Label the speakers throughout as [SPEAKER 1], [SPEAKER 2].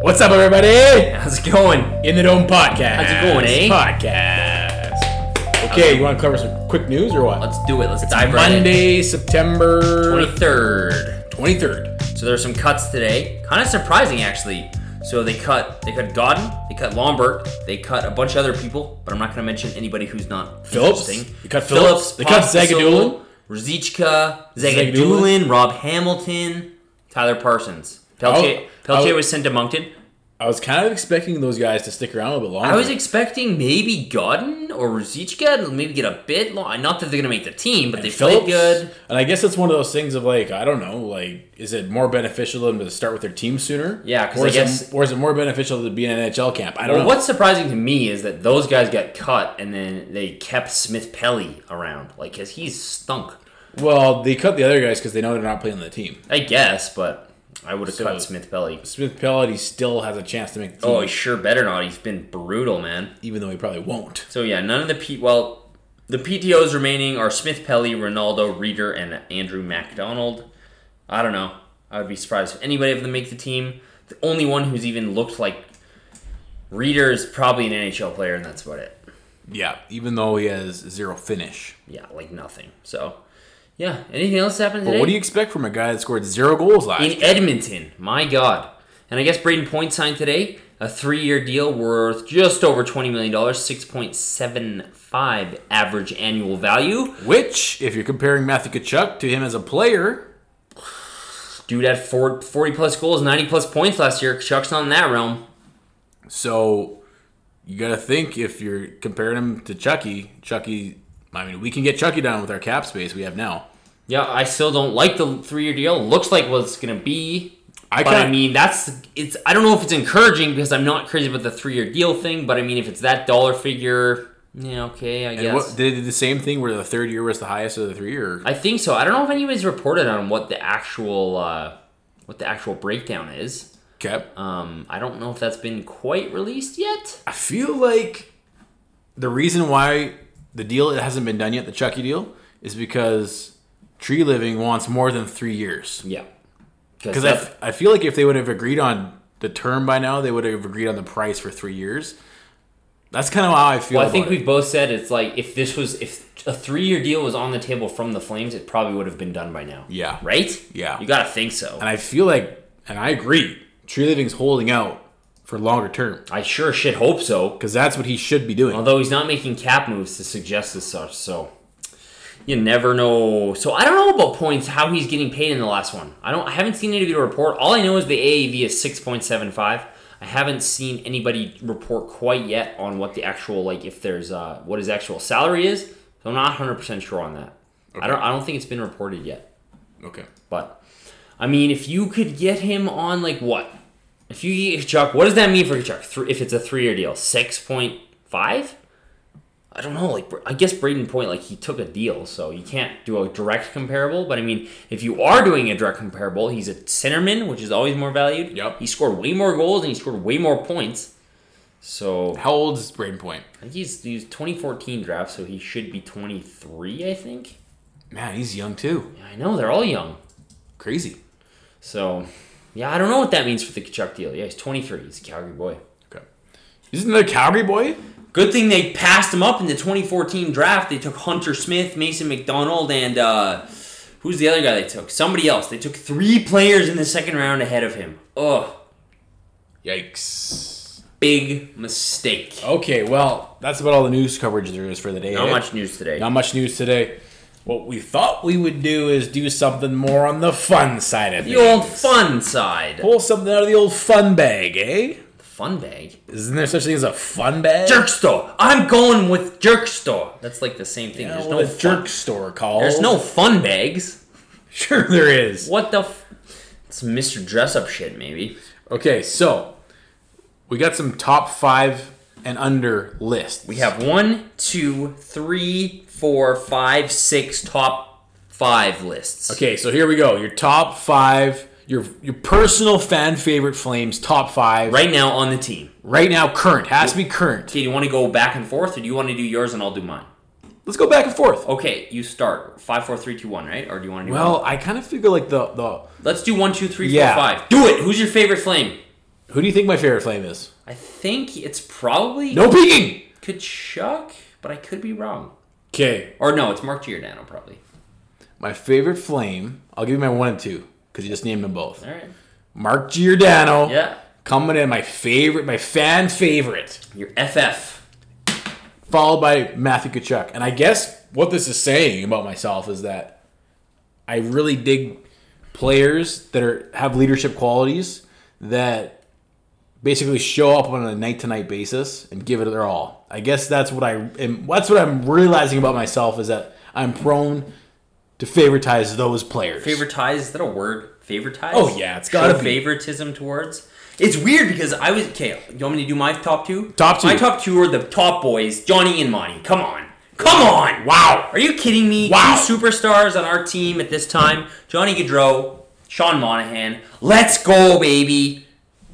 [SPEAKER 1] What's up, everybody?
[SPEAKER 2] How's it going?
[SPEAKER 1] In the Dome Podcast.
[SPEAKER 2] How's it going, eh?
[SPEAKER 1] Podcast. Okay, you want to cover some quick news or what?
[SPEAKER 2] Let's do it. Let's dive right in.
[SPEAKER 1] Monday, September
[SPEAKER 2] 23rd.
[SPEAKER 1] 23rd.
[SPEAKER 2] So there's some cuts today. Kind of surprising, actually. So they cut they cut Godden, they cut Lombard, they cut a bunch of other people, but I'm not going to mention anybody who's not
[SPEAKER 1] Phillips?
[SPEAKER 2] interesting.
[SPEAKER 1] They cut Phillips? They cut
[SPEAKER 2] Pospisil, Rzicka,
[SPEAKER 1] Zagadulin?
[SPEAKER 2] Zagadulin, Rob Hamilton, Tyler Parsons. Peltier,
[SPEAKER 1] I-
[SPEAKER 2] Peltier was sent to Moncton.
[SPEAKER 1] I was kind of expecting those guys to stick around a little bit longer.
[SPEAKER 2] I was expecting maybe Godden or Rzicka to maybe get a bit long. Not that they're going to make the team, but they
[SPEAKER 1] Phillips.
[SPEAKER 2] played good.
[SPEAKER 1] And I guess it's one of those things of like, I don't know, like, is it more beneficial to them to start with their team sooner?
[SPEAKER 2] Yeah, 'cause
[SPEAKER 1] or
[SPEAKER 2] I
[SPEAKER 1] is
[SPEAKER 2] guess-
[SPEAKER 1] it, or is it more beneficial to be in an NHL camp? I don't know.
[SPEAKER 2] What's surprising to me is that those guys got cut and then they kept Smith Pelly around, like, because he's stunk.
[SPEAKER 1] Well, they cut the other guys because they know they're not playing on the team.
[SPEAKER 2] I guess, but I would have
[SPEAKER 1] So-
[SPEAKER 2] cut Smith Pelly.
[SPEAKER 1] Smith Pelletti still has a chance to make the team,
[SPEAKER 2] Oh, he sure better not. He's been brutal, man.
[SPEAKER 1] even though he probably won't.
[SPEAKER 2] So yeah, none of the P. Well, the PTOs remaining are Smith Pelly, Ronaldo, Reader, and Andrew MacDonald. I don't know. I would be surprised if anybody of them make the team. The only one who's even looked like Reader is probably an NHL player, and that's about it.
[SPEAKER 1] Yeah, even though he has zero finish.
[SPEAKER 2] Yeah, like nothing. So, yeah. Anything else happened today?
[SPEAKER 1] But what do you expect from a guy that scored zero goals last year?
[SPEAKER 2] in Edmonton. My God. And I guess Braden Point signed today a three-year deal worth just over twenty million dollars, six point seven five average annual value.
[SPEAKER 1] Which, if you're comparing Matthew Kachuk to him as a player,
[SPEAKER 2] Dude had four, 40 plus goals, ninety plus points last year. Chuck's not in that realm.
[SPEAKER 1] so you got to think if you're comparing him to Chucky, Chucky, I mean, we can get Chucky down with our cap space we have now.
[SPEAKER 2] Yeah, I still don't like the three-year deal. Looks like what it's gonna be.
[SPEAKER 1] I
[SPEAKER 2] But I
[SPEAKER 1] kind of
[SPEAKER 2] mean, that's it's. I don't know if it's encouraging because I'm not crazy about the three-year deal thing. But I mean, if it's that dollar figure, yeah, okay, I guess.
[SPEAKER 1] what, they did the same thing where the third year was the highest of the three, or
[SPEAKER 2] I think so. I don't know if anybody's reported on what the actual uh, what the actual breakdown is.
[SPEAKER 1] okay.
[SPEAKER 2] Um, I don't know if that's been quite released yet.
[SPEAKER 1] I feel like the reason why the deal it hasn't been done yet, the Chucky deal, is because Tree Living wants more than three years.
[SPEAKER 2] Yeah,
[SPEAKER 1] Because I, f- I feel like if they would have agreed on the term by now, they would have agreed on the price for three years. That's kind of how I feel.
[SPEAKER 2] well, I think
[SPEAKER 1] about it.
[SPEAKER 2] we've both said it's like if this was if a three year deal was on the table from the Flames, it probably would have been done by now.
[SPEAKER 1] Yeah.
[SPEAKER 2] Right.
[SPEAKER 1] Yeah.
[SPEAKER 2] You gotta think so.
[SPEAKER 1] And I feel like, and I agree, Tree Living's holding out for longer term
[SPEAKER 2] I sure shit hope so.
[SPEAKER 1] because that's what he should be doing.
[SPEAKER 2] Although he's not making cap moves to suggest as such, so you never know. So I don't know about points, how he's getting paid in the last one. I don't I haven't seen anybody report. All I know is the AAV is six point seven five. I haven't seen anybody report quite yet on what the actual like if there's uh what his actual salary is. So I'm not hundred percent sure on that. I don't I don't think it's been reported yet.
[SPEAKER 1] Okay.
[SPEAKER 2] But I mean, if you could get him on like what? If you get Kachuk, what does that mean for Kachuk? Three, if it's a three-year deal, six point five. I don't know. Like I guess Braden Point, like he took a deal, so you can't do a direct comparable. But I mean, if you are doing a direct comparable, he's a centerman, which is always more valued.
[SPEAKER 1] Yep.
[SPEAKER 2] He scored way more goals and he scored way more points. So
[SPEAKER 1] How old is Braden Point?
[SPEAKER 2] I think he's he's 2014 draft, so he should be 23, I think.
[SPEAKER 1] Man, he's young too.
[SPEAKER 2] I know they're all young.
[SPEAKER 1] Crazy.
[SPEAKER 2] So, yeah, I don't know what that means for the Kachuk deal. Yeah, he's 23. He's a Calgary boy.
[SPEAKER 1] Okay. Isn't there Calgary boy?
[SPEAKER 2] Good thing they passed him up in the 2014 draft. They took Hunter Smith, Mason McDonald, and uh, who's the other guy they took? Somebody else. They took three players in the second round ahead of him. Ugh,
[SPEAKER 1] Yikes.
[SPEAKER 2] big mistake.
[SPEAKER 1] Okay, well, that's about all the news coverage there is for the day.
[SPEAKER 2] Not
[SPEAKER 1] eh?
[SPEAKER 2] much news today.
[SPEAKER 1] Not much news today. What we thought we would do is do something more on the fun side of
[SPEAKER 2] The old
[SPEAKER 1] things.
[SPEAKER 2] fun side.
[SPEAKER 1] Pull something out of the old fun bag, eh?
[SPEAKER 2] Fun bag.
[SPEAKER 1] Isn't there such thing as a fun bag?
[SPEAKER 2] Jerk store. I'm going with jerk store. That's like the same thing.
[SPEAKER 1] Yeah,
[SPEAKER 2] There's
[SPEAKER 1] what
[SPEAKER 2] no
[SPEAKER 1] a
[SPEAKER 2] fun.
[SPEAKER 1] jerk store called.
[SPEAKER 2] There's no fun bags.
[SPEAKER 1] Sure, there is.
[SPEAKER 2] What the? F- it's Mr. Dress Up shit, maybe.
[SPEAKER 1] Okay, so we got some top five and under lists.
[SPEAKER 2] We have one, two, three, four, five, six top five lists.
[SPEAKER 1] Okay, so here we go. Your top five, your your personal fan favorite Flames top five
[SPEAKER 2] Right now on the team.
[SPEAKER 1] right now. Current has to be current.
[SPEAKER 2] Okay, do you want to go back and forth or do you want to do yours and I'll do mine?
[SPEAKER 1] Let's go back and forth.
[SPEAKER 2] Okay, you start. Five, four, three, two, one, right? Or do you want to do
[SPEAKER 1] Well, I kind of figure like the the
[SPEAKER 2] one? Let's do one, two, three, four,
[SPEAKER 1] Yeah.
[SPEAKER 2] five. Do it! Who's your favorite flame?
[SPEAKER 1] Who do you think my favorite flame is?
[SPEAKER 2] I think it's probably
[SPEAKER 1] No peeking.
[SPEAKER 2] Kachuk, but I could be wrong.
[SPEAKER 1] Okay,
[SPEAKER 2] Or no, it's Mark Giordano probably.
[SPEAKER 1] my favorite flame. I'll give you my one and two because you just named them both.
[SPEAKER 2] All right.
[SPEAKER 1] Mark Giordano
[SPEAKER 2] Yeah.
[SPEAKER 1] coming in my favorite, my fan favorite.
[SPEAKER 2] Your FF.
[SPEAKER 1] followed by Matthew Kachuk. And I guess what this is saying about myself is that I really dig players that are have leadership qualities that basically show up on a night to night basis and give it their all. I guess that's what I am that's what I'm realizing about myself is that I'm prone to favoritize those players.
[SPEAKER 2] Favoritize, is that a word? Favoritize?
[SPEAKER 1] Oh, yeah, it's gotta
[SPEAKER 2] Show
[SPEAKER 1] be.
[SPEAKER 2] favoritism towards. It's weird because I was okay. You want me to do my top two?
[SPEAKER 1] Top two.
[SPEAKER 2] My top two are the top boys, Johnny and Monty. Come on, come on!
[SPEAKER 1] Wow.
[SPEAKER 2] Are you kidding me?
[SPEAKER 1] Wow.
[SPEAKER 2] Two superstars on our team at this time: Johnny Gaudreau, Sean Monahan. Let's go, baby!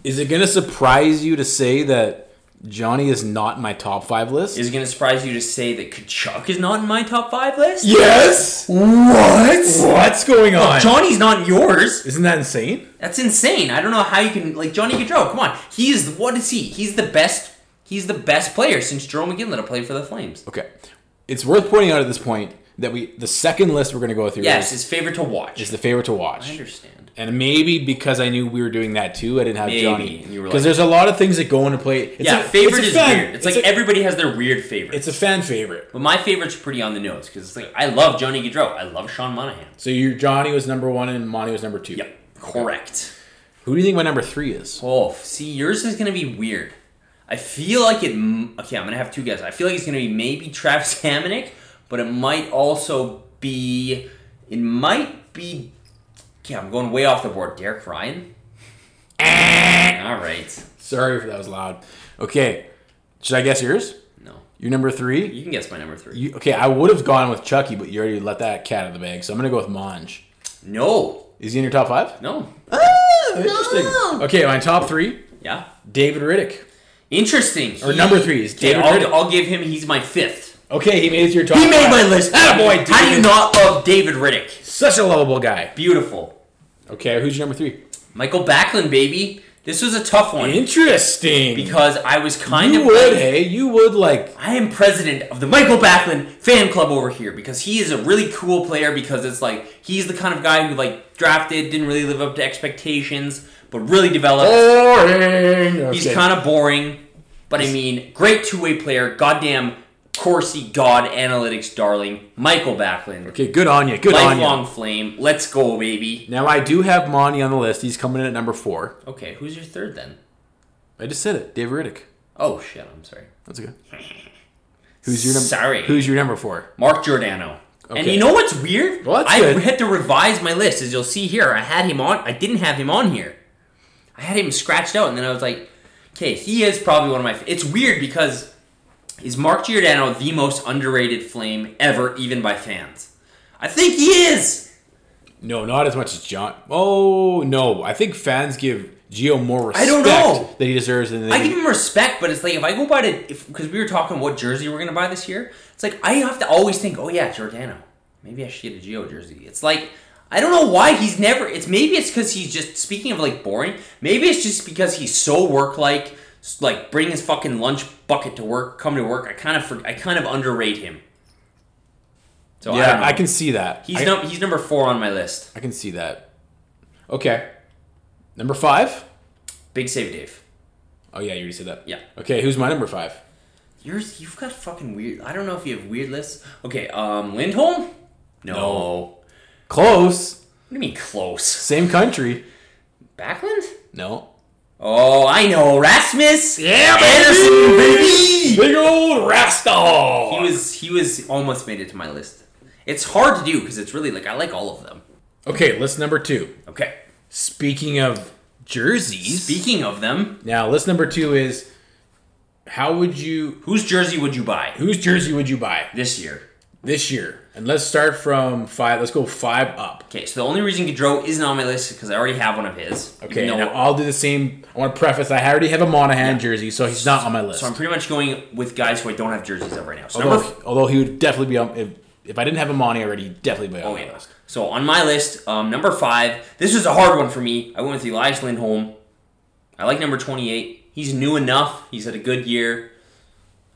[SPEAKER 1] Is it gonna surprise you to say that Johnny is not in my top five list?
[SPEAKER 2] Is it going to surprise you to say that Kachuk is not in my top five list?
[SPEAKER 1] yes!
[SPEAKER 2] What?
[SPEAKER 1] What's going on?
[SPEAKER 2] Johnny's not in yours.
[SPEAKER 1] Isn't that insane?
[SPEAKER 2] That's insane. I don't know how you can like Johnny Gaudreau. Come on, he is what is he? He's the best. He's the best player since Jerome McGinley to play for the Flames.
[SPEAKER 1] Okay. It's worth pointing out at this point that we the second list we're going to go through
[SPEAKER 2] Yes,
[SPEAKER 1] is,
[SPEAKER 2] his favorite to watch.
[SPEAKER 1] is the favorite to
[SPEAKER 2] I
[SPEAKER 1] watch.
[SPEAKER 2] understand.
[SPEAKER 1] And maybe because I knew we were doing that too, I didn't have
[SPEAKER 2] Maybe,
[SPEAKER 1] Johnny.
[SPEAKER 2] and you were
[SPEAKER 1] Because
[SPEAKER 2] like-
[SPEAKER 1] there's a lot of things that go into play. It's
[SPEAKER 2] yeah,
[SPEAKER 1] a-
[SPEAKER 2] favorite
[SPEAKER 1] it's a
[SPEAKER 2] is
[SPEAKER 1] fan-
[SPEAKER 2] weird. It's, like
[SPEAKER 1] a,
[SPEAKER 2] everybody has their weird favorite.
[SPEAKER 1] it's a fan favorite.
[SPEAKER 2] but my favorite's pretty on the nose because it's like I love Johnny Gaudreau. I love Sean Monahan.
[SPEAKER 1] So your Johnny was number one and Monty was number two.
[SPEAKER 2] Yep, correct.
[SPEAKER 1] Who do you think my number three is?
[SPEAKER 2] Oh, see, yours is gonna be weird. I feel like it. m- Okay, I'm gonna have two guys. I feel like it's gonna be maybe Travis Hamonic, but it might also be. It might be. Okay, I'm going way off the board. Derek Ryan. All right.
[SPEAKER 1] Sorry if that was loud. Okay. Should I guess yours?
[SPEAKER 2] No,
[SPEAKER 1] Your number three?
[SPEAKER 2] you can guess my number three.
[SPEAKER 1] You, okay, I would have gone with Chucky, but you already let that cat out of the bag, so I'm going to go with Monge.
[SPEAKER 2] no,
[SPEAKER 1] Is he in your top five?
[SPEAKER 2] no.
[SPEAKER 1] Ah, interesting. Okay, my top three:
[SPEAKER 2] Yeah.
[SPEAKER 1] David Riddick.
[SPEAKER 2] Interesting.
[SPEAKER 1] Or number three is
[SPEAKER 2] Okay,
[SPEAKER 1] David Riddick.
[SPEAKER 2] I'll, I'll give him. He's my fifth.
[SPEAKER 1] Okay, he made it to your top.
[SPEAKER 2] He made
[SPEAKER 1] five.
[SPEAKER 2] my list.
[SPEAKER 1] Attaboy,
[SPEAKER 2] How do you
[SPEAKER 1] David.
[SPEAKER 2] not love David Riddick?
[SPEAKER 1] Such a lovable guy.
[SPEAKER 2] Beautiful.
[SPEAKER 1] Okay, who's your number three?
[SPEAKER 2] Michael Backlund, baby. This was a tough one.
[SPEAKER 1] Interesting.
[SPEAKER 2] because I was kind
[SPEAKER 1] you
[SPEAKER 2] of
[SPEAKER 1] would, hey, you would like.
[SPEAKER 2] I am president of the Michael Backlund fan club over here because he is a really cool player because it's like he's the kind of guy who like drafted didn't really live up to expectations but really
[SPEAKER 1] Oh,
[SPEAKER 2] developed.
[SPEAKER 1] Boring.
[SPEAKER 2] He's kind of boring, but I mean, great two-way player, goddamn Corsi god analytics darling, Michael Backlund.
[SPEAKER 1] okay. Good on you. Good on you.
[SPEAKER 2] Lifelong flame. Let's go, baby.
[SPEAKER 1] Now I do have Monty on the list. He's coming in at number four.
[SPEAKER 2] Okay, who's your third then?
[SPEAKER 1] I just said it. David Riddick.
[SPEAKER 2] Oh shit, I'm sorry.
[SPEAKER 1] That's okay. Who's your number?
[SPEAKER 2] Sorry.
[SPEAKER 1] Who's your number four?
[SPEAKER 2] Mark Giordano. And
[SPEAKER 1] Okay.
[SPEAKER 2] you know what's weird?
[SPEAKER 1] Well, that's
[SPEAKER 2] I
[SPEAKER 1] good.
[SPEAKER 2] had to revise my list, as you'll see here. I had him on. I didn't have him on here. I had him scratched out, and then I was like, "Okay, he is probably one of my." F-. It's weird because is Mark Giordano the most underrated flame ever, even by fans? I think he is.
[SPEAKER 1] No, not as much as John. Oh no, I think fans give Gio more respect
[SPEAKER 2] I don't know.
[SPEAKER 1] that he deserves than they
[SPEAKER 2] I give him respect, but it's like if I go by to if because we were talking what jersey we're gonna buy this year, it's like I have to always think, oh yeah, Giordano. Maybe I should get a Geo jersey. It's like I don't know why he's never. It's maybe it's because he's just speaking of like boring. Maybe it's just because he's so work like, like bring his fucking lunch bucket to work, come to work. I kind of for, I kind of underrate him. So I, don't
[SPEAKER 1] Yeah,
[SPEAKER 2] know.
[SPEAKER 1] I, can see that.
[SPEAKER 2] He's
[SPEAKER 1] I,
[SPEAKER 2] num- he's number four on my list.
[SPEAKER 1] I can see that. Okay. Number five?
[SPEAKER 2] Big save, Dave.
[SPEAKER 1] Oh yeah, you already said that.
[SPEAKER 2] Yeah.
[SPEAKER 1] Okay, who's my number five?
[SPEAKER 2] Yours, you've got fucking weird. I don't know if you have weird lists. Okay, um, Lindholm. No.
[SPEAKER 1] Oh. Close.
[SPEAKER 2] What do you mean close?
[SPEAKER 1] Same country.
[SPEAKER 2] Backlund?
[SPEAKER 1] No.
[SPEAKER 2] Oh, I know, Rasmus. Anderson,
[SPEAKER 1] baby!
[SPEAKER 2] baby.
[SPEAKER 1] Big old Rasta.
[SPEAKER 2] He was he was almost made it to my list. It's hard to do because it's really like I like all of them.
[SPEAKER 1] Okay, list number two.
[SPEAKER 2] Okay.
[SPEAKER 1] Speaking of jerseys.
[SPEAKER 2] Speaking of them,
[SPEAKER 1] now list number two is how would you
[SPEAKER 2] whose jersey would you buy
[SPEAKER 1] whose jersey would you buy
[SPEAKER 2] this year?
[SPEAKER 1] this year? And let's start from five. Let's go five up.
[SPEAKER 2] Okay, so the only reason Gaudreau isn't on my list is because I already have one of his.
[SPEAKER 1] Okay,
[SPEAKER 2] No.
[SPEAKER 1] now I'll do the same. I want to preface. I already have a Monahan jersey, so he's not on my list.
[SPEAKER 2] so I'm pretty much going with guys who I don't have jerseys of right now. So number
[SPEAKER 1] Although, although he would definitely be on if, if I didn't have Imani already, he'd definitely be on
[SPEAKER 2] Oh,
[SPEAKER 1] my
[SPEAKER 2] yeah.
[SPEAKER 1] list.
[SPEAKER 2] So on my list, um, number five, this was a hard one for me. I went with Elias Lindholm. I like number 28. He's new enough. He's had a good year.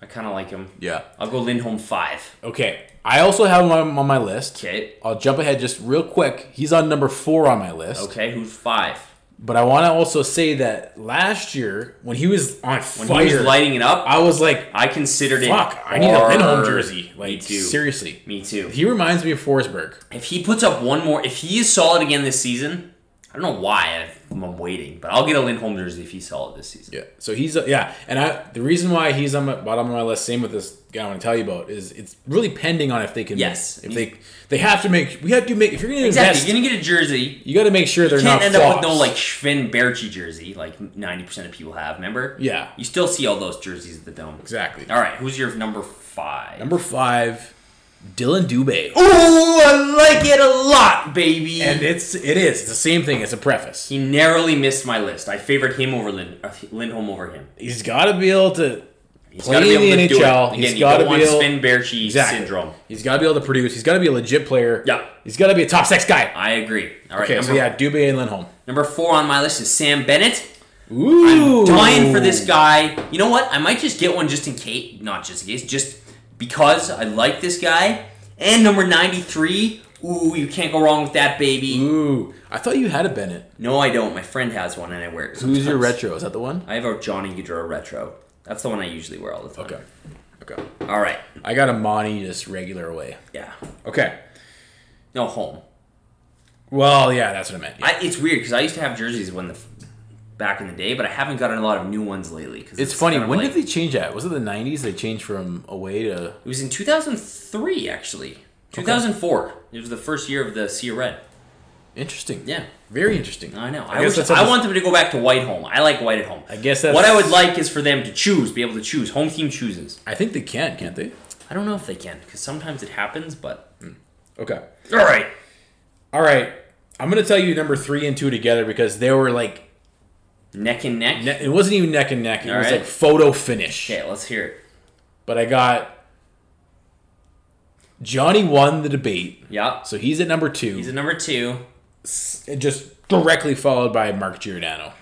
[SPEAKER 2] I kind of like him.
[SPEAKER 1] Yeah.
[SPEAKER 2] I'll go Lindholm 5.
[SPEAKER 1] Okay. I also have him on on my list.
[SPEAKER 2] Okay.
[SPEAKER 1] I'll jump ahead just real quick. He's on number four on my list.
[SPEAKER 2] Okay, who's 5?
[SPEAKER 1] But I want to also say that last year when he was on
[SPEAKER 2] When
[SPEAKER 1] fire,
[SPEAKER 2] he was lighting it up,
[SPEAKER 1] I was like,
[SPEAKER 2] I considered it.
[SPEAKER 1] "Fuck! I need a
[SPEAKER 2] hard.
[SPEAKER 1] Lindholm jersey."
[SPEAKER 2] me
[SPEAKER 1] Like,
[SPEAKER 2] too.
[SPEAKER 1] seriously,
[SPEAKER 2] Me too.
[SPEAKER 1] he reminds me of Forsberg.
[SPEAKER 2] If he puts up one more, if he is solid again this season, I don't know why I'm I'm waiting, but I'll get a Lindholm jersey if he's solid this season.
[SPEAKER 1] Yeah. So he's uh, yeah, and I the reason why he's on my bottom of my list, same with this guy I want to tell you about, is it's really pending on if they can.
[SPEAKER 2] Yes.
[SPEAKER 1] If they they have to make we have to make if you're gonna
[SPEAKER 2] Exactly.
[SPEAKER 1] invest,
[SPEAKER 2] You're gonna get a jersey.
[SPEAKER 1] you got to make sure they're
[SPEAKER 2] You can't
[SPEAKER 1] not
[SPEAKER 2] end up with no
[SPEAKER 1] flops.
[SPEAKER 2] like Schvinn Berchi jersey, like 90% of people have. Remember?
[SPEAKER 1] Yeah.
[SPEAKER 2] You still see all those jerseys at the dome.
[SPEAKER 1] Exactly.
[SPEAKER 2] All right. Who's your number five?
[SPEAKER 1] Number five, Dylan Dubé.
[SPEAKER 2] Ooh, I like it a lot, baby.
[SPEAKER 1] And it's it is it's the same thing. It's a preface.
[SPEAKER 2] he narrowly missed my list. I favored him over Lind- uh, Lindholm over him.
[SPEAKER 1] He's got to be able to
[SPEAKER 2] He's
[SPEAKER 1] play
[SPEAKER 2] got to be able
[SPEAKER 1] in the
[SPEAKER 2] to do it.
[SPEAKER 1] NHL.
[SPEAKER 2] Again,
[SPEAKER 1] he's
[SPEAKER 2] you
[SPEAKER 1] got to
[SPEAKER 2] don't
[SPEAKER 1] be
[SPEAKER 2] want
[SPEAKER 1] able.
[SPEAKER 2] Sven Berchi
[SPEAKER 1] Exactly.
[SPEAKER 2] syndrome.
[SPEAKER 1] He's got to be able to produce. He's got to be a legit player.
[SPEAKER 2] Yeah.
[SPEAKER 1] He's got to be a top six guy.
[SPEAKER 2] I agree. All right.
[SPEAKER 1] Okay,
[SPEAKER 2] number,
[SPEAKER 1] so yeah, Dubé and Lindholm.
[SPEAKER 2] number four on my list is Sam Bennett.
[SPEAKER 1] Ooh,
[SPEAKER 2] Dying for this guy. You know what? I might just get one just in case. Not just in case. Just because I like this guy. And number 93. Ooh, you can't go wrong with that, baby.
[SPEAKER 1] Ooh, I thought you had a Bennett.
[SPEAKER 2] No, I don't. My friend has one and I wear it.
[SPEAKER 1] Who's your
[SPEAKER 2] sometimes.
[SPEAKER 1] retro? Is that the one?
[SPEAKER 2] I have a Johnny Gaudreau retro. That's the one I usually wear all the time.
[SPEAKER 1] Okay, okay.
[SPEAKER 2] All right.
[SPEAKER 1] I got a Monty just regular away.
[SPEAKER 2] Yeah.
[SPEAKER 1] Okay.
[SPEAKER 2] No home.
[SPEAKER 1] Well, yeah, that's what I meant. Yeah.
[SPEAKER 2] I, it's weird because I used to have jerseys when the back in the day, but I haven't gotten a lot of new ones lately. Cause
[SPEAKER 1] it's funny.
[SPEAKER 2] kind of
[SPEAKER 1] When
[SPEAKER 2] like-
[SPEAKER 1] did they change that? Was it the '90s? They changed from away to
[SPEAKER 2] It was in 2003, actually. 2004. It was the first year of the Sea Red.
[SPEAKER 1] interesting.
[SPEAKER 2] Yeah.
[SPEAKER 1] Very interesting.
[SPEAKER 2] I know.
[SPEAKER 1] I
[SPEAKER 2] I,
[SPEAKER 1] guess
[SPEAKER 2] wish,
[SPEAKER 1] that's
[SPEAKER 2] I
[SPEAKER 1] something-
[SPEAKER 2] want them to go back to white home. I like white at home.
[SPEAKER 1] I guess that's-
[SPEAKER 2] what I would like is for them to choose, be able to choose. Home team chooses.
[SPEAKER 1] I think they can, can't they?
[SPEAKER 2] I don't know if they can because sometimes it happens, but
[SPEAKER 1] Okay.
[SPEAKER 2] all right.
[SPEAKER 1] All right, I'm gonna tell you number three and two together because they were like
[SPEAKER 2] Neck and neck.
[SPEAKER 1] ne- it wasn't even neck and neck. It
[SPEAKER 2] All
[SPEAKER 1] was
[SPEAKER 2] right.
[SPEAKER 1] like photo finish.
[SPEAKER 2] Okay, let's hear it.
[SPEAKER 1] But I got Johnny won the debate,
[SPEAKER 2] Yeah,
[SPEAKER 1] so he's at number two,
[SPEAKER 2] he's at number two.
[SPEAKER 1] and just directly followed by Mark Giordano.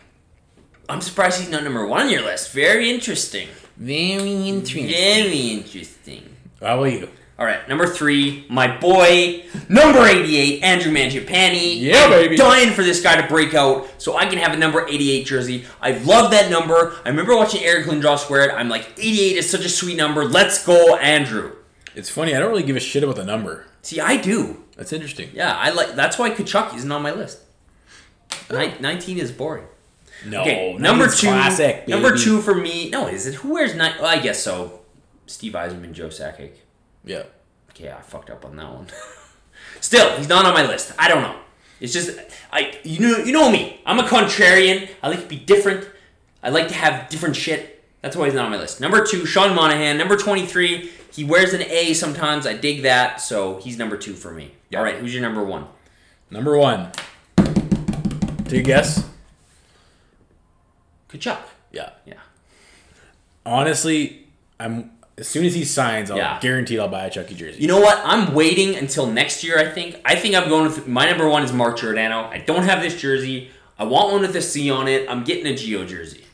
[SPEAKER 2] I'm surprised he's not number one on your list. Very interesting.
[SPEAKER 1] Very interesting.
[SPEAKER 2] Very interesting.
[SPEAKER 1] How about you?
[SPEAKER 2] All right, number three, my boy, number 88, Andrew Mangiapane.
[SPEAKER 1] Yeah,
[SPEAKER 2] I'm
[SPEAKER 1] baby.
[SPEAKER 2] Dying for this guy to break out so I can have a number 88 jersey. I love that number. I remember watching Eric Lindros wear it. I'm like, 88 is such a sweet number. Let's go, Andrew.
[SPEAKER 1] It's funny. I don't really give a shit about the number.
[SPEAKER 2] See, I do.
[SPEAKER 1] That's interesting.
[SPEAKER 2] Yeah, I like. That's why Kachuk isn't on my list. Nin- 19 is boring.
[SPEAKER 1] No.
[SPEAKER 2] Okay,
[SPEAKER 1] that
[SPEAKER 2] number
[SPEAKER 1] means
[SPEAKER 2] two.
[SPEAKER 1] Oh, Classic. Baby.
[SPEAKER 2] Number two for me. No, is it who wears nine? Well, I guess so. Steve Eisenman, Joe Sakic.
[SPEAKER 1] Yeah.
[SPEAKER 2] Okay, I fucked up on that one. Still, he's not on my list. I don't know. It's just I you know you know me. I'm a contrarian. I like to be different. I like to have different shit. That's why he's not on my list. Number two, Sean Monahan. Number twenty-three. He wears an A sometimes. I dig that, so he's number two for me.
[SPEAKER 1] Yeah.
[SPEAKER 2] All right, who's your number one?
[SPEAKER 1] Number one. Do you guess?
[SPEAKER 2] Kachuk.
[SPEAKER 1] Yeah.
[SPEAKER 2] Yeah.
[SPEAKER 1] Honestly, I'm as soon as he signs, I'll
[SPEAKER 2] Yeah.
[SPEAKER 1] guaranteed I'll buy a Chucky jersey.
[SPEAKER 2] You know what? I'm waiting until next year. I think. I think I'm going with my number one is Mark Giordano. I don't have this jersey. I want one with a C on it. I'm getting a Geo jersey.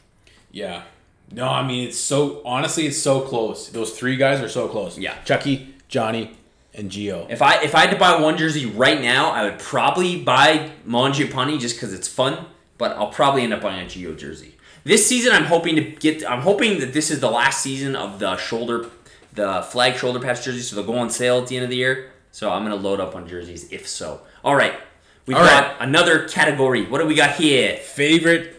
[SPEAKER 1] yeah. No, I mean it's so honestly it's so close. Those three guys are so close.
[SPEAKER 2] Yeah.
[SPEAKER 1] Chucky, Johnny, and Geo.
[SPEAKER 2] If I if I had to buy one jersey right now, I would probably buy Mangiapane just because it's fun. But I'll probably end up buying a Geo jersey this season. I'm hoping to get. I'm hoping that this is the last season of the shoulder, the flag shoulder patch jersey. So they'll go on sale at the end of the year. So I'm gonna load up on jerseys if so. All right, we've
[SPEAKER 1] All
[SPEAKER 2] got another category. What do we got here?
[SPEAKER 1] Favorite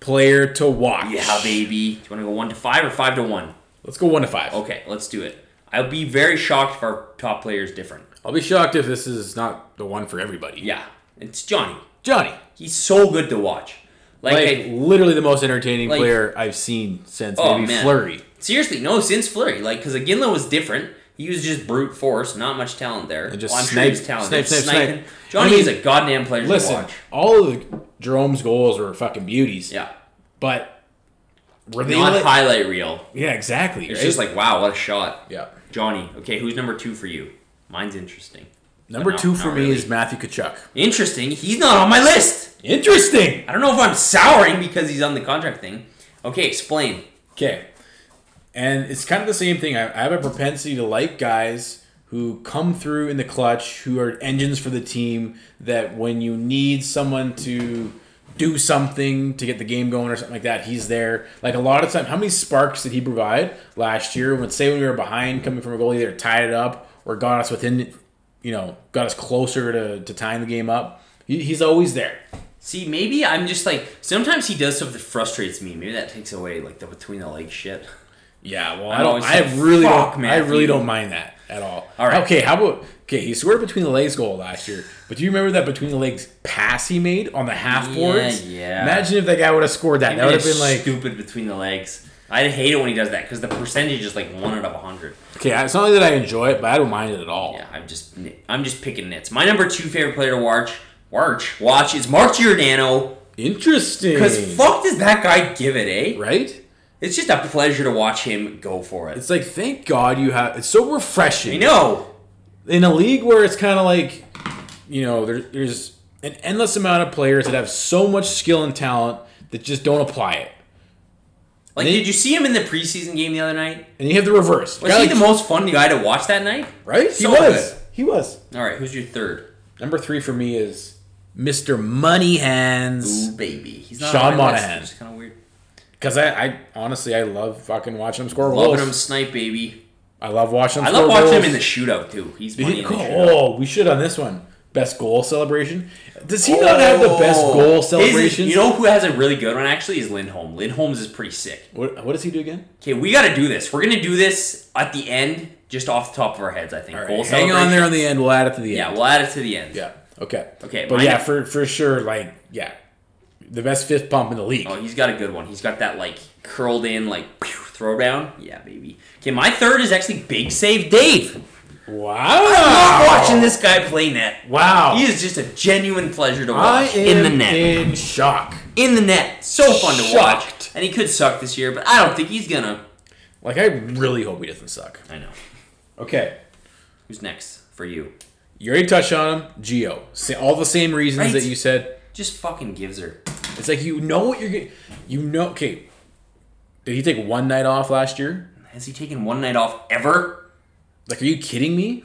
[SPEAKER 1] player to watch.
[SPEAKER 2] Yeah, baby. Do you want to go one to five or five to one?
[SPEAKER 1] Let's go one to five.
[SPEAKER 2] Okay, let's do it. I'll be very shocked if our top player is different.
[SPEAKER 1] I'll be shocked if this is not the one for everybody.
[SPEAKER 2] Yeah, it's Johnny.
[SPEAKER 1] Johnny.
[SPEAKER 2] He's so good to watch. Like,
[SPEAKER 1] Like
[SPEAKER 2] I-
[SPEAKER 1] literally the most entertaining
[SPEAKER 2] Like-
[SPEAKER 1] player I've seen since
[SPEAKER 2] Oh,
[SPEAKER 1] maybe
[SPEAKER 2] man.
[SPEAKER 1] Flurry.
[SPEAKER 2] seriously, no, since Flurry, like, because Aginla was different. He was just brute force, not much talent there.
[SPEAKER 1] And just
[SPEAKER 2] well, I'm
[SPEAKER 1] snipe-
[SPEAKER 2] sure he's
[SPEAKER 1] snipe,
[SPEAKER 2] talented.
[SPEAKER 1] snipe,
[SPEAKER 2] Sniping.
[SPEAKER 1] snipe.
[SPEAKER 2] Johnny
[SPEAKER 1] I mean,
[SPEAKER 2] is a goddamn player to
[SPEAKER 1] Listen,
[SPEAKER 2] watch.
[SPEAKER 1] all of the, Jerome's goals were fucking beauties.
[SPEAKER 2] Yeah,
[SPEAKER 1] But were they
[SPEAKER 2] not
[SPEAKER 1] like-
[SPEAKER 2] highlight reel.
[SPEAKER 1] Yeah, exactly.
[SPEAKER 2] It's
[SPEAKER 1] right?
[SPEAKER 2] just like, wow, what a shot,
[SPEAKER 1] yeah.
[SPEAKER 2] Johnny. Okay, who's number two for you? Mine's interesting.
[SPEAKER 1] Number
[SPEAKER 2] no,
[SPEAKER 1] two for
[SPEAKER 2] not
[SPEAKER 1] me
[SPEAKER 2] really.
[SPEAKER 1] is Matthew Kachuk.
[SPEAKER 2] Interesting. He's not on my list.
[SPEAKER 1] Interesting.
[SPEAKER 2] I don't know if I'm souring because he's on the contract thing. Okay, explain.
[SPEAKER 1] Okay. And it's kind of the same thing. I, I have a propensity to like guys who come through in the clutch, who are engines for the team, that when you need someone to do something to get the game going or something like that, he's there. Like a lot of time, how many sparks did he provide last year? When say when we were behind coming from a goal, either tied it up or got us within, you know, got us closer to, to tying the game up. He, he's always there.
[SPEAKER 2] See, maybe I'm just like sometimes he does stuff that frustrates me. Maybe that takes away like the between the legs shit.
[SPEAKER 1] Yeah, well,
[SPEAKER 2] I'm
[SPEAKER 1] I don't.
[SPEAKER 2] always
[SPEAKER 1] I
[SPEAKER 2] like,
[SPEAKER 1] really
[SPEAKER 2] "Fuck,
[SPEAKER 1] don't. I
[SPEAKER 2] Matthew."
[SPEAKER 1] really don't mind that at all.
[SPEAKER 2] All right.
[SPEAKER 1] Okay. How about okay? He scored between the legs goal last year, but do you remember that between the legs pass he made on the half
[SPEAKER 2] Yeah,
[SPEAKER 1] boards?
[SPEAKER 2] yeah.
[SPEAKER 1] Imagine if that guy would have scored that. That
[SPEAKER 2] Maybe
[SPEAKER 1] would have
[SPEAKER 2] they're
[SPEAKER 1] been like
[SPEAKER 2] stupid between the legs. I hate it when he does that because the percentage is like one out of a hundred.
[SPEAKER 1] okay. It's not only that I enjoy it, but I don't mind it at all.
[SPEAKER 2] Yeah, I'm just I'm just picking nits. My number two favorite player to watch, watch, watch is Mark Giordano.
[SPEAKER 1] Interesting.
[SPEAKER 2] Because fuck does that guy give it, eh?
[SPEAKER 1] right?
[SPEAKER 2] It's just a pleasure to watch him go for it.
[SPEAKER 1] It's like thank God you have. It's so refreshing.
[SPEAKER 2] I know.
[SPEAKER 1] in a league where it's kind of like, you know, there, there's an endless amount of players that have so much skill and talent that just don't apply it,
[SPEAKER 2] Like, did you see him in the preseason game the other night?
[SPEAKER 1] and you have the reverse.
[SPEAKER 2] Was
[SPEAKER 1] Guy
[SPEAKER 2] he
[SPEAKER 1] like-
[SPEAKER 2] the most fun guy to watch that night?
[SPEAKER 1] Right?
[SPEAKER 2] So
[SPEAKER 1] he was.
[SPEAKER 2] good.
[SPEAKER 1] He was.
[SPEAKER 2] All right, who's your third?
[SPEAKER 1] Number three for me is Mr. Money
[SPEAKER 2] Ooh,
[SPEAKER 1] Hands.
[SPEAKER 2] baby. He's
[SPEAKER 1] Sean
[SPEAKER 2] on my list.
[SPEAKER 1] Monahan.
[SPEAKER 2] It's kind of weird.
[SPEAKER 1] Because I, I honestly, I love fucking watching him score
[SPEAKER 2] Loving him
[SPEAKER 1] goals.
[SPEAKER 2] snipe, baby.
[SPEAKER 1] I love watching him
[SPEAKER 2] I
[SPEAKER 1] score
[SPEAKER 2] love watching him
[SPEAKER 1] goals.
[SPEAKER 2] in the shootout too. He's
[SPEAKER 1] Did
[SPEAKER 2] money
[SPEAKER 1] he-
[SPEAKER 2] in the shootout.
[SPEAKER 1] oh, we should on this one. Best goal celebration. Does he not have the best goal
[SPEAKER 2] Oh. Is-
[SPEAKER 1] celebration?
[SPEAKER 2] You know who has a really good one actually is Lindholm. Lindholm's is pretty sick.
[SPEAKER 1] what, what does he do again?
[SPEAKER 2] Okay, we got to do this. We're gonna do this at the end, just off the top of our heads. I think.
[SPEAKER 1] Hang
[SPEAKER 2] Goal
[SPEAKER 1] on
[SPEAKER 2] celebration.
[SPEAKER 1] there on the end. We'll add it to the
[SPEAKER 2] Yeah,
[SPEAKER 1] end.
[SPEAKER 2] we'll add it to the end.
[SPEAKER 1] yeah. Okay.
[SPEAKER 2] Okay,
[SPEAKER 1] But
[SPEAKER 2] mine-
[SPEAKER 1] yeah, for for sure, like yeah, the best fifth pump in the league.
[SPEAKER 2] Oh, he's got a good one. He's got that like curled in like pew, throw down. Yeah, baby. Okay, my third is actually Big Save Dave.
[SPEAKER 1] Wow.
[SPEAKER 2] Love watching this guy play net.
[SPEAKER 1] Wow.
[SPEAKER 2] He is just a genuine pleasure to
[SPEAKER 1] I
[SPEAKER 2] watch
[SPEAKER 1] am
[SPEAKER 2] in the net.
[SPEAKER 1] in shock.
[SPEAKER 2] in the net. So fun to watch.
[SPEAKER 1] Shocked.
[SPEAKER 2] And he could suck this year, but I don't think he's gonna.
[SPEAKER 1] Like I really hope he doesn't suck.
[SPEAKER 2] I know.
[SPEAKER 1] Okay,
[SPEAKER 2] Who's next for you?
[SPEAKER 1] you already touched on him. Geo, Sa- all the same reasons
[SPEAKER 2] Right.
[SPEAKER 1] that you said.
[SPEAKER 2] Just fucking gives her.
[SPEAKER 1] It's like you know what you're getting. You know. Okay, did he take one night off last year?
[SPEAKER 2] Has he taken one night off ever?
[SPEAKER 1] Like, are you kidding me?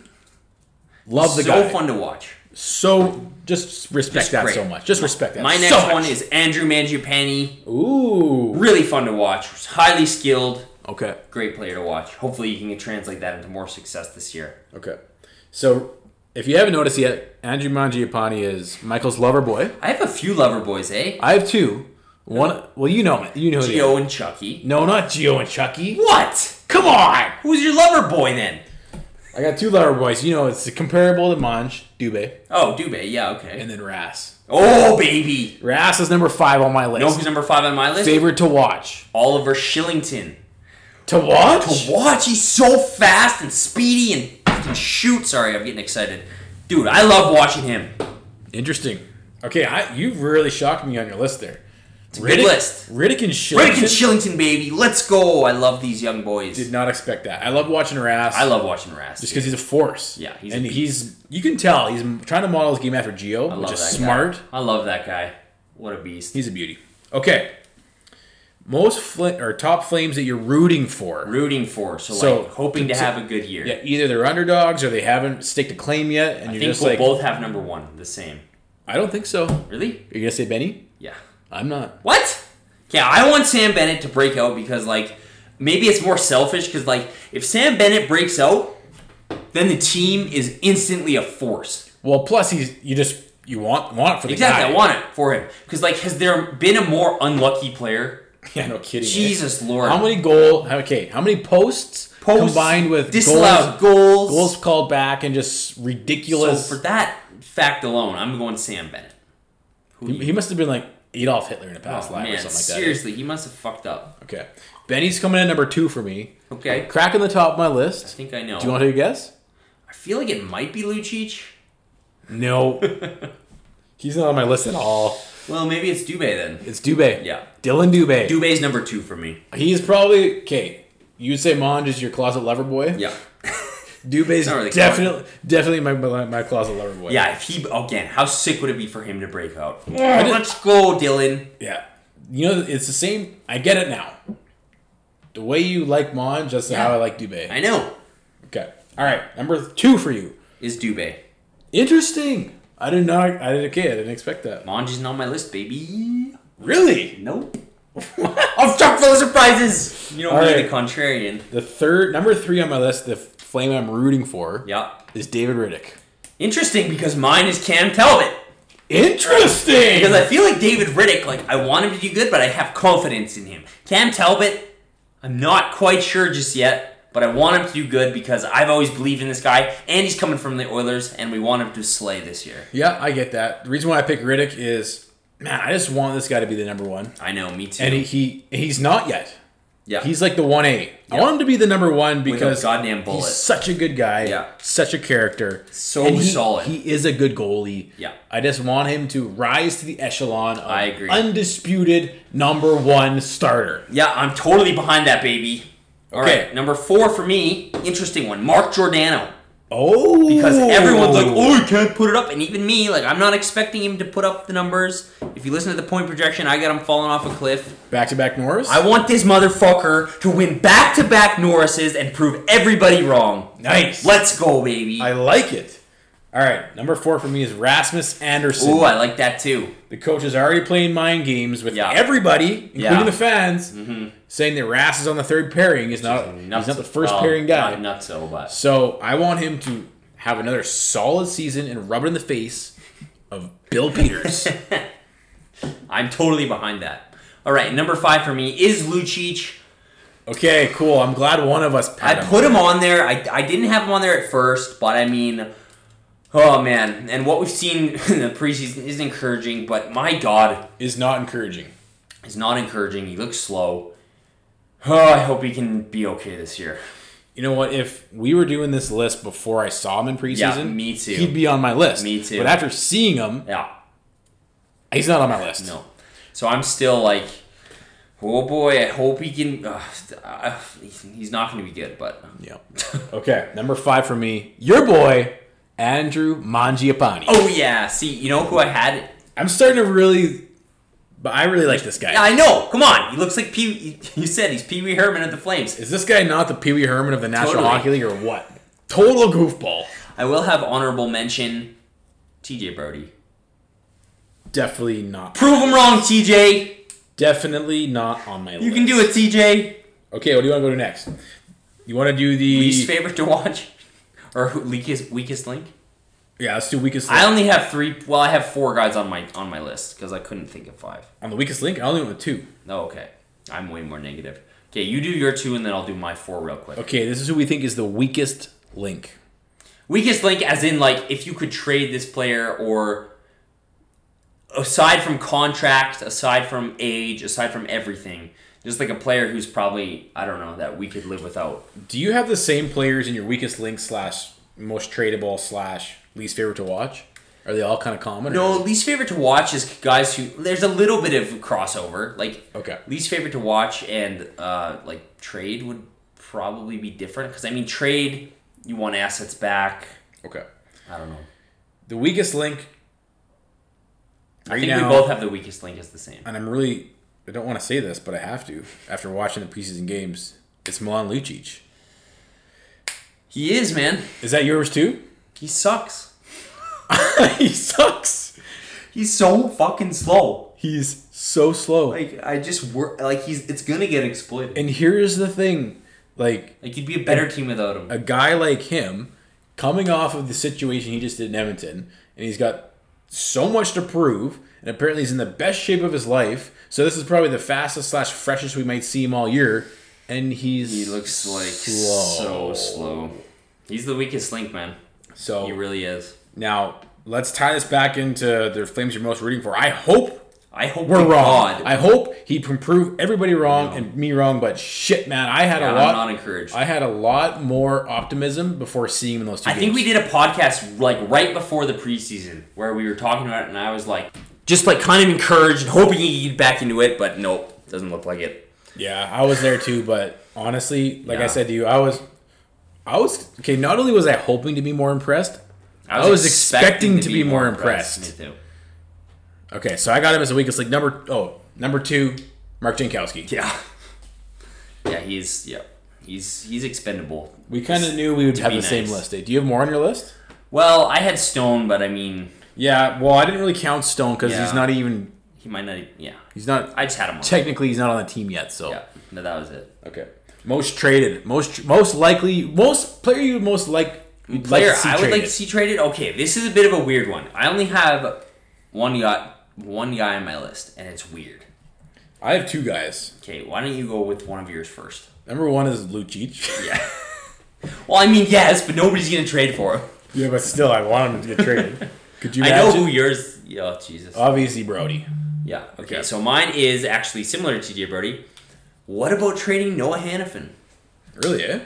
[SPEAKER 1] Love the
[SPEAKER 2] so
[SPEAKER 1] guy.
[SPEAKER 2] fun to watch.
[SPEAKER 1] So just respect
[SPEAKER 2] Just
[SPEAKER 1] that
[SPEAKER 2] great.
[SPEAKER 1] so much. Just respect that.
[SPEAKER 2] My
[SPEAKER 1] so
[SPEAKER 2] next
[SPEAKER 1] much.
[SPEAKER 2] one is Andrew Mangiapane.
[SPEAKER 1] Ooh.
[SPEAKER 2] Really fun to watch. Highly skilled.
[SPEAKER 1] Okay.
[SPEAKER 2] Great player to watch. Hopefully, you can translate that into more success this year.
[SPEAKER 1] Okay. So if you haven't noticed yet, Andrew Mangiapane is Michael's lover boy.
[SPEAKER 2] I have a few lover boys, eh?
[SPEAKER 1] I have two. One. Well, you know it. You know who they are.
[SPEAKER 2] Gio and Chucky.
[SPEAKER 1] No, not Geo and Chucky.
[SPEAKER 2] What?
[SPEAKER 1] Come on.
[SPEAKER 2] Who's your lover boy then?
[SPEAKER 1] I got two lover boys. You know, it's comparable to Monge, Dube,
[SPEAKER 2] Oh, Dubé. Yeah, okay.
[SPEAKER 1] and then Ras.
[SPEAKER 2] Oh, baby.
[SPEAKER 1] Ras is number five on my list.
[SPEAKER 2] You know who's number five on my list?
[SPEAKER 1] Favorite to watch.
[SPEAKER 2] Oliver Shillington.
[SPEAKER 1] To watch?
[SPEAKER 2] Watch, he's so fast and speedy and fucking shoot. Sorry, I'm getting excited. Dude, I love watching him.
[SPEAKER 1] Interesting. Okay, I, you really shocked me on your list there.
[SPEAKER 2] a good list.
[SPEAKER 1] Riddick and Shillington.
[SPEAKER 2] Rick and Shillington, baby. Let's go. I love these young boys.
[SPEAKER 1] Did not expect that. I love watching Ras.
[SPEAKER 2] I love watching Rast.
[SPEAKER 1] just because he's a force.
[SPEAKER 2] Yeah, he's
[SPEAKER 1] he's
[SPEAKER 2] a
[SPEAKER 1] and
[SPEAKER 2] beast.
[SPEAKER 1] he's you can tell he's m- trying to model his game after Geo,
[SPEAKER 2] love
[SPEAKER 1] which is
[SPEAKER 2] that guy.
[SPEAKER 1] smart.
[SPEAKER 2] I love that guy. What a beast.
[SPEAKER 1] He's a beauty. Okay, most fl- or top flames that you're rooting for.
[SPEAKER 2] Rooting for, so,
[SPEAKER 1] So,
[SPEAKER 2] like hoping to
[SPEAKER 1] so-
[SPEAKER 2] have a good year.
[SPEAKER 1] Yeah, either they're underdogs or they haven't staked a claim yet, and
[SPEAKER 2] I
[SPEAKER 1] you're
[SPEAKER 2] think
[SPEAKER 1] just
[SPEAKER 2] we'll
[SPEAKER 1] like,
[SPEAKER 2] both have number one the same.
[SPEAKER 1] I don't think so. Are
[SPEAKER 2] Really?
[SPEAKER 1] you gonna say Benny?
[SPEAKER 2] Yeah.
[SPEAKER 1] I'm not.
[SPEAKER 2] What? Yeah, I want Sam Bennett to break out because like maybe it's more selfish because like if Sam Bennett breaks out, then the team is instantly a force.
[SPEAKER 1] Well, plus he's you just you want want it for the
[SPEAKER 2] Exactly,
[SPEAKER 1] guy.
[SPEAKER 2] I want it for him because like has there been a more unlucky player?
[SPEAKER 1] Yeah, no kidding. eh?
[SPEAKER 2] Jesus Lord,
[SPEAKER 1] How many goal? Okay, how many posts,
[SPEAKER 2] Posts,
[SPEAKER 1] combined with
[SPEAKER 2] disallowed
[SPEAKER 1] goals,
[SPEAKER 2] goals?
[SPEAKER 1] goals called back, and just
[SPEAKER 2] so
[SPEAKER 1] ridiculous?
[SPEAKER 2] for that fact alone, I'm going Sam Bennett. Who
[SPEAKER 1] he,
[SPEAKER 2] you-
[SPEAKER 1] he must have been like Adolf Hitler in a past
[SPEAKER 2] oh,
[SPEAKER 1] life
[SPEAKER 2] man,
[SPEAKER 1] or something like that.
[SPEAKER 2] seriously, he must have fucked up.
[SPEAKER 1] Okay, Benny's coming in number two for me.
[SPEAKER 2] Okay, I
[SPEAKER 1] Cracking the top of my list.
[SPEAKER 2] think I know.
[SPEAKER 1] Do you want to take a guess?
[SPEAKER 2] I feel like it might be Lucic.
[SPEAKER 1] No. He's not on my list at all.
[SPEAKER 2] Well, maybe it's Dubé then.
[SPEAKER 1] It's Dubé.
[SPEAKER 2] Yeah.
[SPEAKER 1] Dylan Dubé.
[SPEAKER 2] Dubé's number two for me.
[SPEAKER 1] He's probably okay. You'd say Monge is your closet lover boy.
[SPEAKER 2] Yeah.
[SPEAKER 1] Dubé is
[SPEAKER 2] Not really
[SPEAKER 1] definitely definitely my, my my closet lover boy.
[SPEAKER 2] Yeah, if he again, how sick would it be for him to break out? Let's go, Dylan.
[SPEAKER 1] yeah. You know, it's the same. I get it now. The way you like Mon, just how I like Dubé.
[SPEAKER 2] I know
[SPEAKER 1] Okay. All right. Number two for you.
[SPEAKER 2] is Dubé.
[SPEAKER 1] Interesting. I did not. I did okay. I didn't expect that.
[SPEAKER 2] Monge isn't on my list, baby.
[SPEAKER 1] Really?
[SPEAKER 2] Nope. I'm stuck full of surprises. You know,
[SPEAKER 1] All
[SPEAKER 2] me,
[SPEAKER 1] right.
[SPEAKER 2] the contrarian.
[SPEAKER 1] The third number three on my list, the flame I'm rooting for,
[SPEAKER 2] Yeah.
[SPEAKER 1] is David Riddick.
[SPEAKER 2] Interesting because mine is Cam Talbot.
[SPEAKER 1] Interesting.
[SPEAKER 2] Because I feel like David Riddick, like I want him to do good, but I have confidence in him. Cam Talbot, I'm not quite sure just yet, but I want him to do good because I've always believed in this guy, and he's coming from the Oilers, and we want him to slay this year.
[SPEAKER 1] yeah, I get that. The reason why I pick Riddick is, man, I just want this guy to be the number one,
[SPEAKER 2] I know, me too.
[SPEAKER 1] and he, he he's not yet.
[SPEAKER 2] yeah,
[SPEAKER 1] He's like the one A. I want him to be the number one because
[SPEAKER 2] goddamn bullet.
[SPEAKER 1] He's such a good guy.
[SPEAKER 2] Yeah.
[SPEAKER 1] Such a character.
[SPEAKER 2] So
[SPEAKER 1] he,
[SPEAKER 2] solid.
[SPEAKER 1] He is a good goalie.
[SPEAKER 2] Yeah.
[SPEAKER 1] I just want him to rise to the echelon of
[SPEAKER 2] I agree.
[SPEAKER 1] undisputed number one starter.
[SPEAKER 2] yeah, I'm totally behind that baby. All right,
[SPEAKER 1] Okay.
[SPEAKER 2] number four for me, interesting one, Mark Giordano.
[SPEAKER 1] Oh,
[SPEAKER 2] because everyone's like, "Oh, he can't put it up," and even me, like, I'm not expecting him to put up the numbers. If you listen to the point projection, I got him falling off a cliff.
[SPEAKER 1] back to back Norris.
[SPEAKER 2] I want this motherfucker to win back-to-back Norrises and prove everybody wrong.
[SPEAKER 1] Nice.
[SPEAKER 2] Let's go, baby.
[SPEAKER 1] I like it. All right, number four for me is Rasmus Anderson.
[SPEAKER 2] Ooh, I like that too.
[SPEAKER 1] the coach is already playing mind games with
[SPEAKER 2] Yeah.
[SPEAKER 1] everybody, including
[SPEAKER 2] Yeah. Mm-hmm.
[SPEAKER 1] the fans, saying that Rass is on the third pairing. He's not. Uh, He's not
[SPEAKER 2] Nuts-
[SPEAKER 1] the first
[SPEAKER 2] well,
[SPEAKER 1] pairing guy.
[SPEAKER 2] Not nuts, so but
[SPEAKER 1] So I want him to have another solid season and rub it in the face of Bill Peters.
[SPEAKER 2] I'm totally behind that. All right, number five for me is Lucic.
[SPEAKER 1] okay, cool. I'm glad one of us.
[SPEAKER 2] I
[SPEAKER 1] Pat
[SPEAKER 2] put him on there. I, I didn't have him on there at first, but I mean, oh man. And what we've seen in the preseason is encouraging, but my God,
[SPEAKER 1] is not encouraging.
[SPEAKER 2] it's not encouraging. He looks slow. Oh, I hope he can be okay this year.
[SPEAKER 1] You know what? If we were doing this list before I saw him in preseason,
[SPEAKER 2] me too.
[SPEAKER 1] He'd be on my list.
[SPEAKER 2] Me too.
[SPEAKER 1] But after seeing him,
[SPEAKER 2] Yeah,
[SPEAKER 1] he's not on my list.
[SPEAKER 2] no. So I'm still like, oh boy, I hope he can. Uh, uh, he's not going to be good, but
[SPEAKER 1] Yeah. Okay. Number five for me, your boy Andrew Mangiapane.
[SPEAKER 2] oh yeah. See, you know who I had?
[SPEAKER 1] I'm starting to really, but I really like this guy.
[SPEAKER 2] I know. Come on, he looks like Pee. You said he's Pee Wee Herman at the Flames.
[SPEAKER 1] Is this guy not the Pee Wee Herman of the National
[SPEAKER 2] Totally.
[SPEAKER 1] Hockey League or what? Total goofball.
[SPEAKER 2] I will have honorable mention TJ Brody.
[SPEAKER 1] Definitely not.
[SPEAKER 2] Prove him wrong, TJ.
[SPEAKER 1] Definitely not on my list.
[SPEAKER 2] You can do it, TJ.
[SPEAKER 1] Okay, what do you want to go to next? You want to do the
[SPEAKER 2] Least favorite to watch, or who, weakest weakest link.
[SPEAKER 1] yeah? Let's do weakest link.
[SPEAKER 2] I only have three. Well, I have four guys on my on my list because I couldn't think of five.
[SPEAKER 1] on the weakest link, I only went with two.
[SPEAKER 2] Oh, okay. I'm way more negative. Okay, you do your two, and then I'll do my four real quick.
[SPEAKER 1] Okay, this is who we think is the weakest link.
[SPEAKER 2] Weakest link, as in like if you could trade this player, or aside from contract, aside from age, aside from everything, just like a player who's probably I don't know that we could live without.
[SPEAKER 1] Do you have the same players in your weakest link slash most tradable slash least favorite to watch? Are they all kind of common? or-
[SPEAKER 2] No, least favorite to watch is guys who there's a little bit of crossover. Like
[SPEAKER 1] Okay.
[SPEAKER 2] least favorite to watch and uh, like trade would probably be different because I mean trade you want assets back.
[SPEAKER 1] Okay.
[SPEAKER 2] I don't know.
[SPEAKER 1] The weakest link.
[SPEAKER 2] I
[SPEAKER 1] Right
[SPEAKER 2] think we
[SPEAKER 1] now-
[SPEAKER 2] both have the weakest link as the same.
[SPEAKER 1] and I'm really I don't want to say this, but I have to after watching the preseason games. It's Milan Lucic.
[SPEAKER 2] He is man.
[SPEAKER 1] Is that yours too?
[SPEAKER 2] He sucks.
[SPEAKER 1] he sucks.
[SPEAKER 2] He's so fucking slow.
[SPEAKER 1] He's so slow.
[SPEAKER 2] Like I just work. Like he's it's gonna get exploited.
[SPEAKER 1] and here's the thing, like
[SPEAKER 2] like you'd be a better team without him.
[SPEAKER 1] a guy like him coming off of the situation he just did in Edmonton, and he's got so much to prove, and apparently he's in the best shape of his life. So this is probably the fastest slash freshest we might see him all year, and he's
[SPEAKER 2] He looks like so slow. Oh. He's the weakest link, man.
[SPEAKER 1] So
[SPEAKER 2] He really is.
[SPEAKER 1] now let's tie this back into the Flames you're most rooting for. I hope
[SPEAKER 2] I hope
[SPEAKER 1] We're wrong.
[SPEAKER 2] to God-
[SPEAKER 1] I hope he can prove everybody wrong and me wrong, but shit, man, I had a
[SPEAKER 2] Yeah, I'm
[SPEAKER 1] lot.
[SPEAKER 2] not encouraged.
[SPEAKER 1] I had a lot more optimism before seeing him in those two
[SPEAKER 2] I
[SPEAKER 1] games.
[SPEAKER 2] think we did a podcast like right before the preseason where we were talking about it, and I was like, just like kind of encouraged, hoping he'd get back into it, but nope, doesn't look like it.
[SPEAKER 1] Yeah, I was there too, but honestly, like I
[SPEAKER 2] Yeah.
[SPEAKER 1] said to you, I was. I was okay. Not only was I hoping to be more impressed, I was expecting to be more impressed.
[SPEAKER 2] Me too.
[SPEAKER 1] okay. So I got him as a weakest link number. Oh, number two, Mark Jankowski.
[SPEAKER 2] Yeah. Yeah, he's yeah. He's he's expendable.
[SPEAKER 1] We kind of knew we would
[SPEAKER 2] To
[SPEAKER 1] have the
[SPEAKER 2] be
[SPEAKER 1] same
[SPEAKER 2] nice.
[SPEAKER 1] list. eh? Do you have more on your list?
[SPEAKER 2] Well, I had Stone, but I mean,
[SPEAKER 1] Yeah. Well, I didn't really count Stone because
[SPEAKER 2] Yeah.
[SPEAKER 1] he's not even.
[SPEAKER 2] he might not. e, Yeah,
[SPEAKER 1] He's not.
[SPEAKER 2] I just had him. On.
[SPEAKER 1] technically, he's not on the team yet. So
[SPEAKER 2] Yeah, no, that was it.
[SPEAKER 1] okay. Most traded. Most most likely. Most player you would most like. you'd
[SPEAKER 2] Player,
[SPEAKER 1] like to see
[SPEAKER 2] I would
[SPEAKER 1] traded.
[SPEAKER 2] like to see traded. Okay, this is a bit of a weird one. I only have one guy, one guy on my list, and it's weird.
[SPEAKER 1] I have two guys.
[SPEAKER 2] Okay, why don't you go with one of yours first?
[SPEAKER 1] Number one is Lucic.
[SPEAKER 2] Yeah. well, I mean, yes, but nobody's gonna trade for him.
[SPEAKER 1] yeah, but still, I want him to get traded. Could you
[SPEAKER 2] I know
[SPEAKER 1] imagine?
[SPEAKER 2] who yours. Oh, Jesus.
[SPEAKER 1] Obviously, Brody.
[SPEAKER 2] yeah. Okay.
[SPEAKER 1] okay.
[SPEAKER 2] So mine is actually similar to TJ Brody. What about trading Noah Hannafin?
[SPEAKER 1] Really? Eh?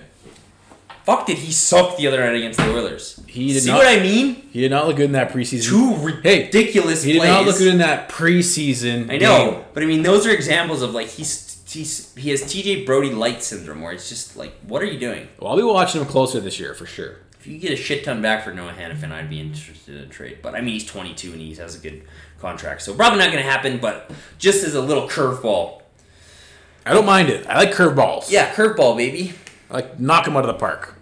[SPEAKER 2] Fuck, did he suck the other night against the Oilers?
[SPEAKER 1] He did
[SPEAKER 2] See
[SPEAKER 1] not-
[SPEAKER 2] what I mean?
[SPEAKER 1] He did not look good in that preseason.
[SPEAKER 2] Two
[SPEAKER 1] Hey,
[SPEAKER 2] ridiculous
[SPEAKER 1] He did
[SPEAKER 2] plays.
[SPEAKER 1] not look good in that preseason.
[SPEAKER 2] I know,
[SPEAKER 1] game.
[SPEAKER 2] but I mean, those are examples of like he's, he's he has TJ Brody light syndrome, where it's just like, what are you doing?
[SPEAKER 1] Well, I'll be watching him closer this year for sure.
[SPEAKER 2] If you get a shit ton back for Noah Hannafin, I'd be interested in a trade. But I mean, he's 22 and he has a good contract, so probably not going to happen. But just as a little curveball,
[SPEAKER 1] I don't mind it. I like curveballs.
[SPEAKER 2] yeah, curveball, baby.
[SPEAKER 1] I like knock him out of the park.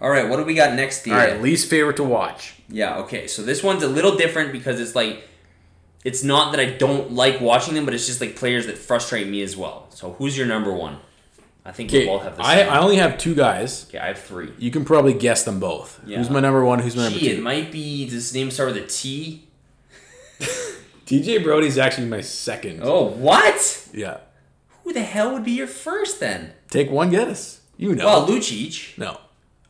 [SPEAKER 2] All right, what do we got next? Here?
[SPEAKER 1] All right, least favorite to watch.
[SPEAKER 2] Yeah, okay. So this one's a little different because it's like it's not that I don't like watching them, but it's just like players that frustrate me as well. So who's your number one? I think we
[SPEAKER 1] Okay,
[SPEAKER 2] all have the
[SPEAKER 1] I,
[SPEAKER 2] same.
[SPEAKER 1] I only have two guys.
[SPEAKER 2] okay, I have three.
[SPEAKER 1] You can probably guess them both.
[SPEAKER 2] Yeah.
[SPEAKER 1] Who's my number one? Who's my number
[SPEAKER 2] Gee, it
[SPEAKER 1] two?
[SPEAKER 2] might be does his name start with a T?
[SPEAKER 1] TJ Brody's actually my second.
[SPEAKER 2] Oh, what?
[SPEAKER 1] Yeah.
[SPEAKER 2] Who the hell would be your first then?
[SPEAKER 1] Take one guess. You know.
[SPEAKER 2] Well, Lucic.
[SPEAKER 1] no.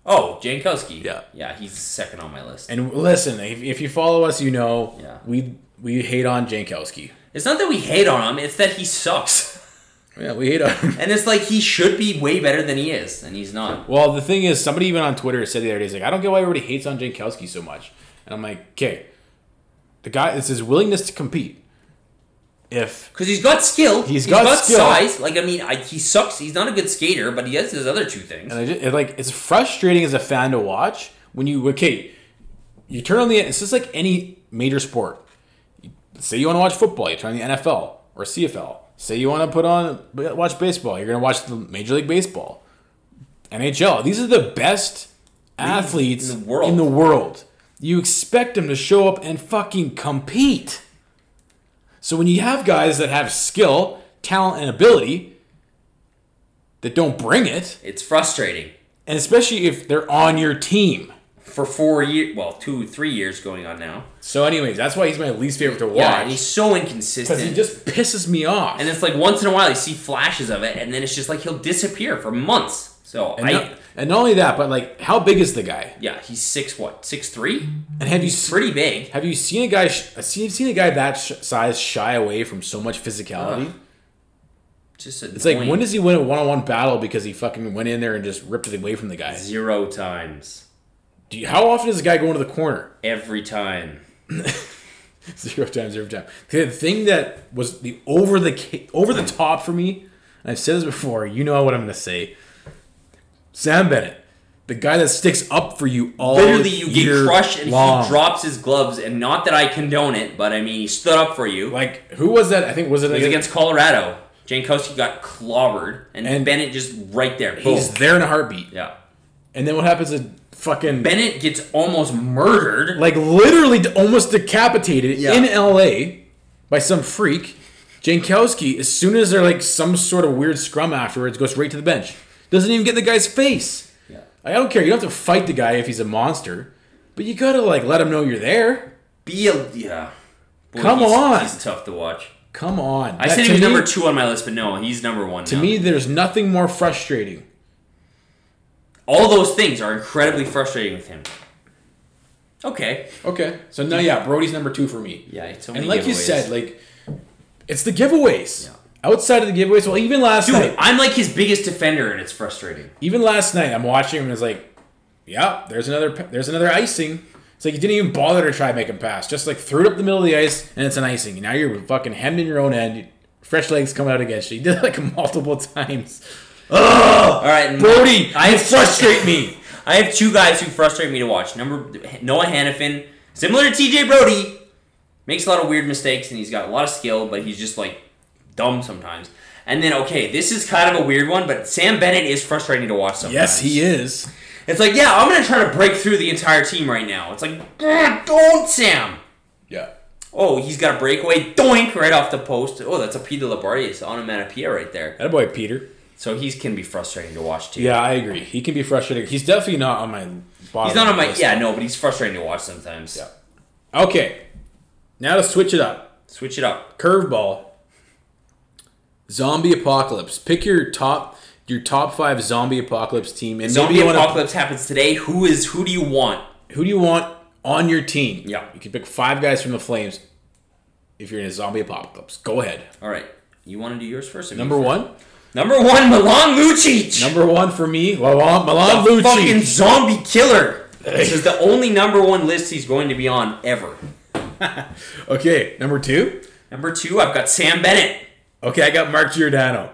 [SPEAKER 2] Oh, Jankowski.
[SPEAKER 1] Yeah.
[SPEAKER 2] yeah, he's second on my list.
[SPEAKER 1] And listen, if, if you follow us, you know
[SPEAKER 2] Yeah.
[SPEAKER 1] we we hate on Jankowski.
[SPEAKER 2] It's not that we hate on him; it's that he sucks.
[SPEAKER 1] Yeah, we hate on him.
[SPEAKER 2] And it's like he should be way better than he is, and he's not.
[SPEAKER 1] Well, the thing is, somebody even on Twitter said the other day, he's like, I don't get why everybody hates on Jankowski so much. And I'm like, okay, the guy, it's his willingness to compete. If
[SPEAKER 2] Because he's got skill.
[SPEAKER 1] He's got skill.
[SPEAKER 2] size. Like, I mean, I, he sucks. He's not a good skater, but he has his other two things.
[SPEAKER 1] and I just, it, like it's frustrating as a fan to watch when you okay, you turn on the it's just like any major sport. Say you want to watch football, you turn on the NFL or CFL. Say you want to put on watch baseball, you're gonna watch the Major League Baseball, NHL. These are the best athletes
[SPEAKER 2] in the world.
[SPEAKER 1] In the world, you expect them to show up and fucking compete. So when you have guys that have skill, talent, and ability that don't bring it,
[SPEAKER 2] It's frustrating.
[SPEAKER 1] and especially if they're on your team.
[SPEAKER 2] For four years, well, two, three years going on now.
[SPEAKER 1] So, anyways, that's why he's my least favorite to
[SPEAKER 2] Yeah, and he's
[SPEAKER 1] watch
[SPEAKER 2] so
[SPEAKER 1] because
[SPEAKER 2] inconsistent.
[SPEAKER 1] he just pisses me off.
[SPEAKER 2] and it's like once in a while you see flashes of it, and then it's just like he'll disappear for months. So
[SPEAKER 1] and,
[SPEAKER 2] I,
[SPEAKER 1] not, and not only that, but like, how big is the guy?
[SPEAKER 2] yeah, he's six what six three,
[SPEAKER 1] And have you se-
[SPEAKER 2] pretty big.
[SPEAKER 1] have you seen a guy? Sh- I've seen, seen a guy that sh- size shy away from so much physicality.
[SPEAKER 2] Uh, Just annoying.
[SPEAKER 1] it's like when does he win a one on one battle because he fucking went in there and just ripped it away from the guy?
[SPEAKER 2] zero times
[SPEAKER 1] Do you, how often is a guy going to the corner?
[SPEAKER 2] every time.
[SPEAKER 1] zero times every time. The thing that was the over the ca- over the top for me, and I've said this before, you know what I'm gonna say. Sam Bennett, the guy that sticks up for you all
[SPEAKER 2] Literally, you
[SPEAKER 1] year
[SPEAKER 2] get crushed, and
[SPEAKER 1] long.
[SPEAKER 2] he drops his gloves. And not that I condone it, but I mean, he stood up for you.
[SPEAKER 1] Like who was that? I think was it,
[SPEAKER 2] It was
[SPEAKER 1] against?
[SPEAKER 2] against Colorado. Jankowski got clobbered, and,
[SPEAKER 1] And-
[SPEAKER 2] Bennett just right there. Boom.
[SPEAKER 1] He's there in a heartbeat,
[SPEAKER 2] yeah.
[SPEAKER 1] and then what happens is fucking
[SPEAKER 2] Bennett gets almost murdered.
[SPEAKER 1] like literally d- almost decapitated
[SPEAKER 2] Yeah.
[SPEAKER 1] in L.A. by some freak. Jankowski, as soon as they're like some sort of weird scrum afterwards, goes right to the bench. Doesn't even get in the guy's face.
[SPEAKER 2] yeah.
[SPEAKER 1] I don't care. You don't have to fight the guy if he's a monster, but you gotta like let him know you're there.
[SPEAKER 2] Be a yeah. Boy,
[SPEAKER 1] Come
[SPEAKER 2] he's-
[SPEAKER 1] on.
[SPEAKER 2] He's tough to watch.
[SPEAKER 1] Come on.
[SPEAKER 2] I
[SPEAKER 1] That- to
[SPEAKER 2] said he was
[SPEAKER 1] me-
[SPEAKER 2] number two on my list, but no, he's number one.
[SPEAKER 1] To me, there's nothing more frustrating.
[SPEAKER 2] all those things are incredibly frustrating with him. Okay.
[SPEAKER 1] Okay, so now yeah, Brody's number two for me.
[SPEAKER 2] Yeah. It's so
[SPEAKER 1] and
[SPEAKER 2] many
[SPEAKER 1] like you
[SPEAKER 2] giveaways.
[SPEAKER 1] said, like it's the giveaways.
[SPEAKER 2] Yeah.
[SPEAKER 1] Outside of the giveaways, well, even last
[SPEAKER 2] dude,
[SPEAKER 1] night,
[SPEAKER 2] I'm like his biggest defender, and it's frustrating.
[SPEAKER 1] even last night, I'm watching him and it's like, yeah, there's another, pe- there's another icing. It's like you didn't even bother to try and make him pass. Just like threw it up the middle of the ice and it's an icing. Now you're fucking hemmed in your own end. Fresh legs coming out against you. You did it like multiple times.
[SPEAKER 2] All right. and-
[SPEAKER 1] Brody,
[SPEAKER 2] I
[SPEAKER 1] you frustrate me.
[SPEAKER 2] I have two guys who frustrate me to watch. Number Noah Hannafin, similar to TJ Brody, makes a lot of weird mistakes and he's got a lot of skill, but he's just like dumb sometimes. And then okay, this is kind of a weird one, but Sam Bennett is frustrating to watch sometimes.
[SPEAKER 1] Yes, he is.
[SPEAKER 2] It's like, yeah, I'm gonna try to break through the entire team right now. It's like, "Grr, don't Sam.
[SPEAKER 1] Yeah.
[SPEAKER 2] Oh, he's got a breakaway, doink right off the post. Oh, that's a Peter Labardius onomatopoeia right there.
[SPEAKER 1] That boy Peter.
[SPEAKER 2] So he's can be frustrating to watch too.
[SPEAKER 1] Yeah, I agree. He can be frustrating. He's definitely not on my bottom.
[SPEAKER 2] He's not on my
[SPEAKER 1] list.
[SPEAKER 2] yeah, no, but he's frustrating to watch sometimes.
[SPEAKER 1] Yeah. Okay. Now to switch it up.
[SPEAKER 2] Switch it up.
[SPEAKER 1] Curveball. Zombie apocalypse. Pick your top your top five zombie apocalypse team and
[SPEAKER 2] Zombie
[SPEAKER 1] maybe you wanna-
[SPEAKER 2] apocalypse happens today. Who is who do you want?
[SPEAKER 1] who do you want on your team?
[SPEAKER 2] Yeah.
[SPEAKER 1] You can pick five guys from the Flames if you're in a zombie apocalypse. Go ahead.
[SPEAKER 2] All right, you want to do yours first? or me
[SPEAKER 1] Number
[SPEAKER 2] first?
[SPEAKER 1] one.
[SPEAKER 2] Number one, Milan Lucic.
[SPEAKER 1] Number one for me, Milan, Milan
[SPEAKER 2] the
[SPEAKER 1] Lucic.
[SPEAKER 2] fucking zombie killer. This is the only number one list he's going to be on ever.
[SPEAKER 1] Okay, number two.
[SPEAKER 2] Number two, I've got Sam Bennett.
[SPEAKER 1] Okay, I got Mark Giordano.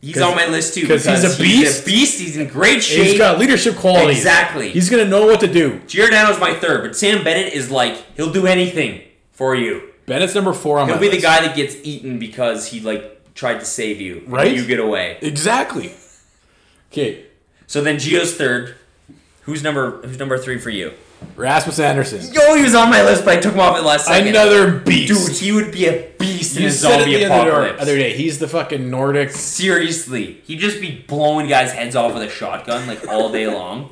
[SPEAKER 2] He's
[SPEAKER 1] 'Cause-
[SPEAKER 2] on my list too
[SPEAKER 1] 'cause he's a
[SPEAKER 2] He's
[SPEAKER 1] beast?
[SPEAKER 2] He's in great shape.
[SPEAKER 1] He's got leadership qualities.
[SPEAKER 2] Exactly.
[SPEAKER 1] He's gonna know what to do.
[SPEAKER 2] Giordano's my third, but Sam Bennett is like he'll do anything for you.
[SPEAKER 1] Bennett's number four on
[SPEAKER 2] He'll
[SPEAKER 1] my
[SPEAKER 2] be the
[SPEAKER 1] list.
[SPEAKER 2] guy that gets eaten because he like tried to save you. and
[SPEAKER 1] Right?
[SPEAKER 2] You get away.
[SPEAKER 1] Exactly. Okay,
[SPEAKER 2] So then Gio's third. Who's number Who's number three for you?
[SPEAKER 1] Rasmus Anderson.
[SPEAKER 2] Yo, he was on my list, but I took him off at the last second.
[SPEAKER 1] Another beast.
[SPEAKER 2] dude, he would be a beast in
[SPEAKER 1] you
[SPEAKER 2] a
[SPEAKER 1] said it
[SPEAKER 2] zombie
[SPEAKER 1] the other,
[SPEAKER 2] apocalypse.
[SPEAKER 1] other day. He's the fucking Nordic.
[SPEAKER 2] Seriously, he'd just be blowing guys' heads off with a shotgun like all day long.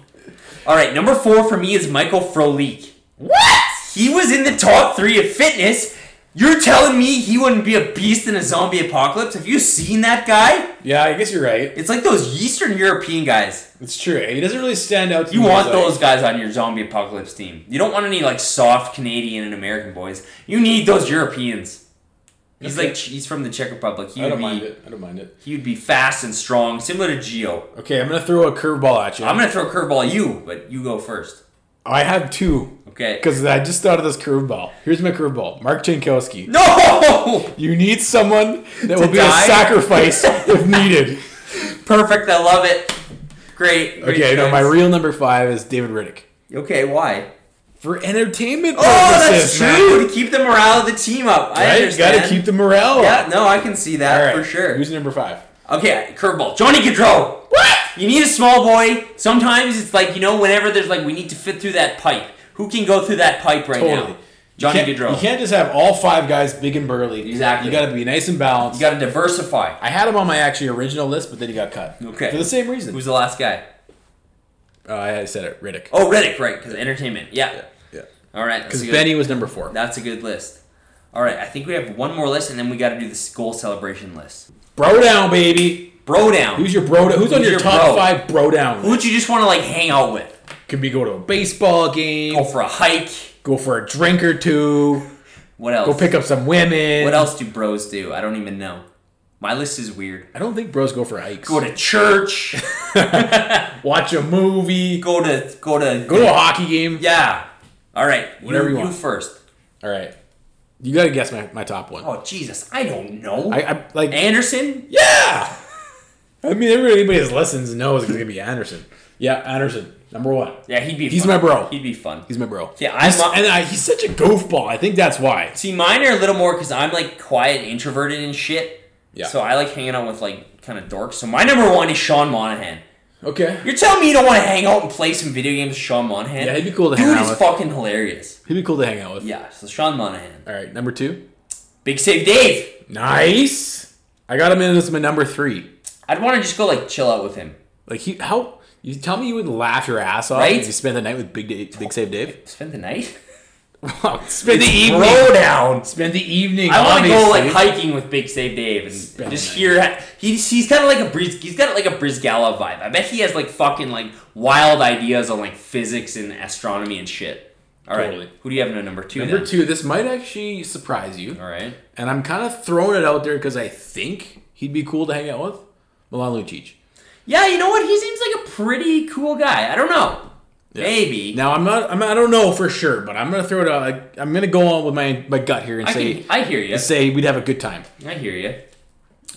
[SPEAKER 2] All right, number four for me is Michael Frolik. What? He was in the top three of fitness. You're telling me he wouldn't be a beast in a zombie apocalypse? Have you seen that guy?
[SPEAKER 1] Yeah, I guess you're right.
[SPEAKER 2] It's like those Eastern European guys.
[SPEAKER 1] It's true. He doesn't really stand out. To
[SPEAKER 2] You
[SPEAKER 1] me
[SPEAKER 2] want
[SPEAKER 1] as, like-
[SPEAKER 2] those guys on your zombie apocalypse team. You don't want any like soft Canadian and American boys. You need those Europeans. He's
[SPEAKER 1] Okay.
[SPEAKER 2] like he's from the Czech Republic. He
[SPEAKER 1] I
[SPEAKER 2] would
[SPEAKER 1] don't
[SPEAKER 2] be
[SPEAKER 1] mind it. I don't mind it.
[SPEAKER 2] he would be fast and strong, similar to Geo.
[SPEAKER 1] Okay, I'm gonna throw a curveball at you.
[SPEAKER 2] I'm gonna throw a curveball at you, but you go first.
[SPEAKER 1] I have two
[SPEAKER 2] Okay.
[SPEAKER 1] because I just thought of this curveball. Here's my curveball. Mark Jankowski.
[SPEAKER 2] No!
[SPEAKER 1] You need someone that will be
[SPEAKER 2] die?
[SPEAKER 1] a sacrifice if needed.
[SPEAKER 2] Perfect. I love it. Great. great
[SPEAKER 1] Okay, no,
[SPEAKER 2] choice.
[SPEAKER 1] my real number five is David Riddick.
[SPEAKER 2] okay. Why?
[SPEAKER 1] For entertainment
[SPEAKER 2] Oh, that's
[SPEAKER 1] purposes, man.
[SPEAKER 2] true. To keep the morale of the team up. I
[SPEAKER 1] Right? You
[SPEAKER 2] understand.
[SPEAKER 1] gotta keep the morale
[SPEAKER 2] Yeah.
[SPEAKER 1] up.
[SPEAKER 2] No, I can see
[SPEAKER 1] All right,
[SPEAKER 2] that for sure.
[SPEAKER 1] Who's number five?
[SPEAKER 2] Okay, curveball. Johnny Gaudreau. What? You need a small boy. Sometimes it's like you know, whenever there's like we need to fit through that pipe. Who can go through that pipe right
[SPEAKER 1] Totally.
[SPEAKER 2] now? Johnny
[SPEAKER 1] you can't,
[SPEAKER 2] Gaudreau.
[SPEAKER 1] You can't just have all five guys big and burly.
[SPEAKER 2] Exactly.
[SPEAKER 1] You gotta be nice and balanced.
[SPEAKER 2] You gotta diversify.
[SPEAKER 1] I had him on my actually original list, but then he got cut.
[SPEAKER 2] Okay.
[SPEAKER 1] For the same reason.
[SPEAKER 2] Who's the last guy?
[SPEAKER 1] oh, I said it, Riddick.
[SPEAKER 2] Oh, Reddick, right? Because entertainment. Yeah.
[SPEAKER 1] Yeah.
[SPEAKER 2] All right. that's
[SPEAKER 1] Because
[SPEAKER 2] a good-
[SPEAKER 1] Benny was number four.
[SPEAKER 2] That's a good list. All right, I think we have one more list, and then we got to do this goal celebration list.
[SPEAKER 1] Bro down, baby.
[SPEAKER 2] Bro down.
[SPEAKER 1] Who's your bro? Who's, on your,
[SPEAKER 2] Who's your
[SPEAKER 1] top
[SPEAKER 2] bro?
[SPEAKER 1] five bro down?
[SPEAKER 2] Who'd you just want to like hang out with?
[SPEAKER 1] Could be go to a baseball game.
[SPEAKER 2] Go for a hike.
[SPEAKER 1] go for a drink or two,
[SPEAKER 2] What else?
[SPEAKER 1] go pick up some women.
[SPEAKER 2] What else do bros do? I don't even know. My list is weird.
[SPEAKER 1] I don't think bros go for hikes.
[SPEAKER 2] Go to church.
[SPEAKER 1] Watch a movie. Go,
[SPEAKER 2] go to go to
[SPEAKER 1] to a hockey game.
[SPEAKER 2] Yeah. All right.
[SPEAKER 1] Whatever you
[SPEAKER 2] You
[SPEAKER 1] want.
[SPEAKER 2] first.
[SPEAKER 1] All right, you gotta guess my, my top one.
[SPEAKER 2] Oh Jesus, I don't know.
[SPEAKER 1] I, I like
[SPEAKER 2] Anderson.
[SPEAKER 1] yeah. I mean, everybody, anybody that listens knows it's gonna be Anderson. Yeah, Anderson, number one.
[SPEAKER 2] Yeah, he'd be.
[SPEAKER 1] He's
[SPEAKER 2] fun.
[SPEAKER 1] my bro.
[SPEAKER 2] He'd be fun.
[SPEAKER 1] He's my bro.
[SPEAKER 2] Yeah, I'm
[SPEAKER 1] He's-
[SPEAKER 2] a-
[SPEAKER 1] and I, he's such a goofball. I think that's why.
[SPEAKER 2] See, mine are a little more because I'm like quiet, and introverted, and shit.
[SPEAKER 1] Yeah.
[SPEAKER 2] So I like hanging out with like kind of dorks. So my number one is Sean Monahan.
[SPEAKER 1] Okay.
[SPEAKER 2] You're telling me you don't want to hang out and play some video games with Sean Monahan?
[SPEAKER 1] Yeah, he'd be cool to
[SPEAKER 2] Dude
[SPEAKER 1] hang out
[SPEAKER 2] is
[SPEAKER 1] with.
[SPEAKER 2] fucking hilarious.
[SPEAKER 1] He'd be cool to hang out with.
[SPEAKER 2] Yeah, so Sean Monahan.
[SPEAKER 1] All right, number two.
[SPEAKER 2] Big Save Dave.
[SPEAKER 1] Nice. I got him in as my number three.
[SPEAKER 2] I'd want to just go like chill out with him.
[SPEAKER 1] Like he, how you tell me you would laugh your ass off
[SPEAKER 2] Right?
[SPEAKER 1] if you spent the night with Big Dave, Big Save Dave?
[SPEAKER 2] Spend the night.
[SPEAKER 1] spend the evening.
[SPEAKER 2] Bro down.
[SPEAKER 1] Spend the evening.
[SPEAKER 2] I want to go like
[SPEAKER 1] obviously.
[SPEAKER 2] hiking with Big Save Dave and
[SPEAKER 1] Spend
[SPEAKER 2] just
[SPEAKER 1] the
[SPEAKER 2] hear. He's he's kind of like a Briz. He's got like a Brizgala vibe. I bet he has like fucking like wild ideas on like physics and astronomy and shit. All right,
[SPEAKER 1] Totally.
[SPEAKER 2] who do you have in number two?
[SPEAKER 1] Number
[SPEAKER 2] then?
[SPEAKER 1] two, this might actually surprise you,
[SPEAKER 2] All right,
[SPEAKER 1] and I'm kind of throwing it out there because I think he'd be cool to hang out with. Milan Lucic.
[SPEAKER 2] Yeah, you know what? He seems like a pretty cool guy. I don't know.
[SPEAKER 1] Yeah.
[SPEAKER 2] Maybe.
[SPEAKER 1] Now I'm not. I'm, I don't know for sure, but I'm gonna throw it out. Like, I'm gonna go on with my my gut here and
[SPEAKER 2] I,
[SPEAKER 1] say
[SPEAKER 2] can, I hear you.
[SPEAKER 1] say we'd have a good time.
[SPEAKER 2] I hear you.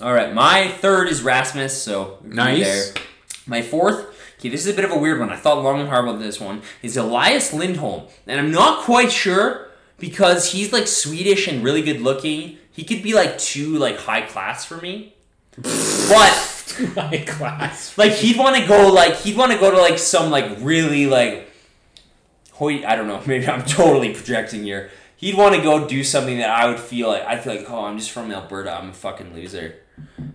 [SPEAKER 2] All right, my third is Rasmus, so agree
[SPEAKER 1] Nice.
[SPEAKER 2] there. My fourth, Okay, this is a bit of a weird one. I thought long and hard about this one. Is Elias Lindholm, and I'm not quite sure because he's like Swedish and really good looking. He could be like too like high class for me, but
[SPEAKER 3] My class.
[SPEAKER 2] like he'd want to go like he'd want to go to like some like really like hoity I don't know maybe I'm totally projecting here. He'd want to go do something that I would feel like I feel like oh I'm just from Alberta I'm a fucking loser.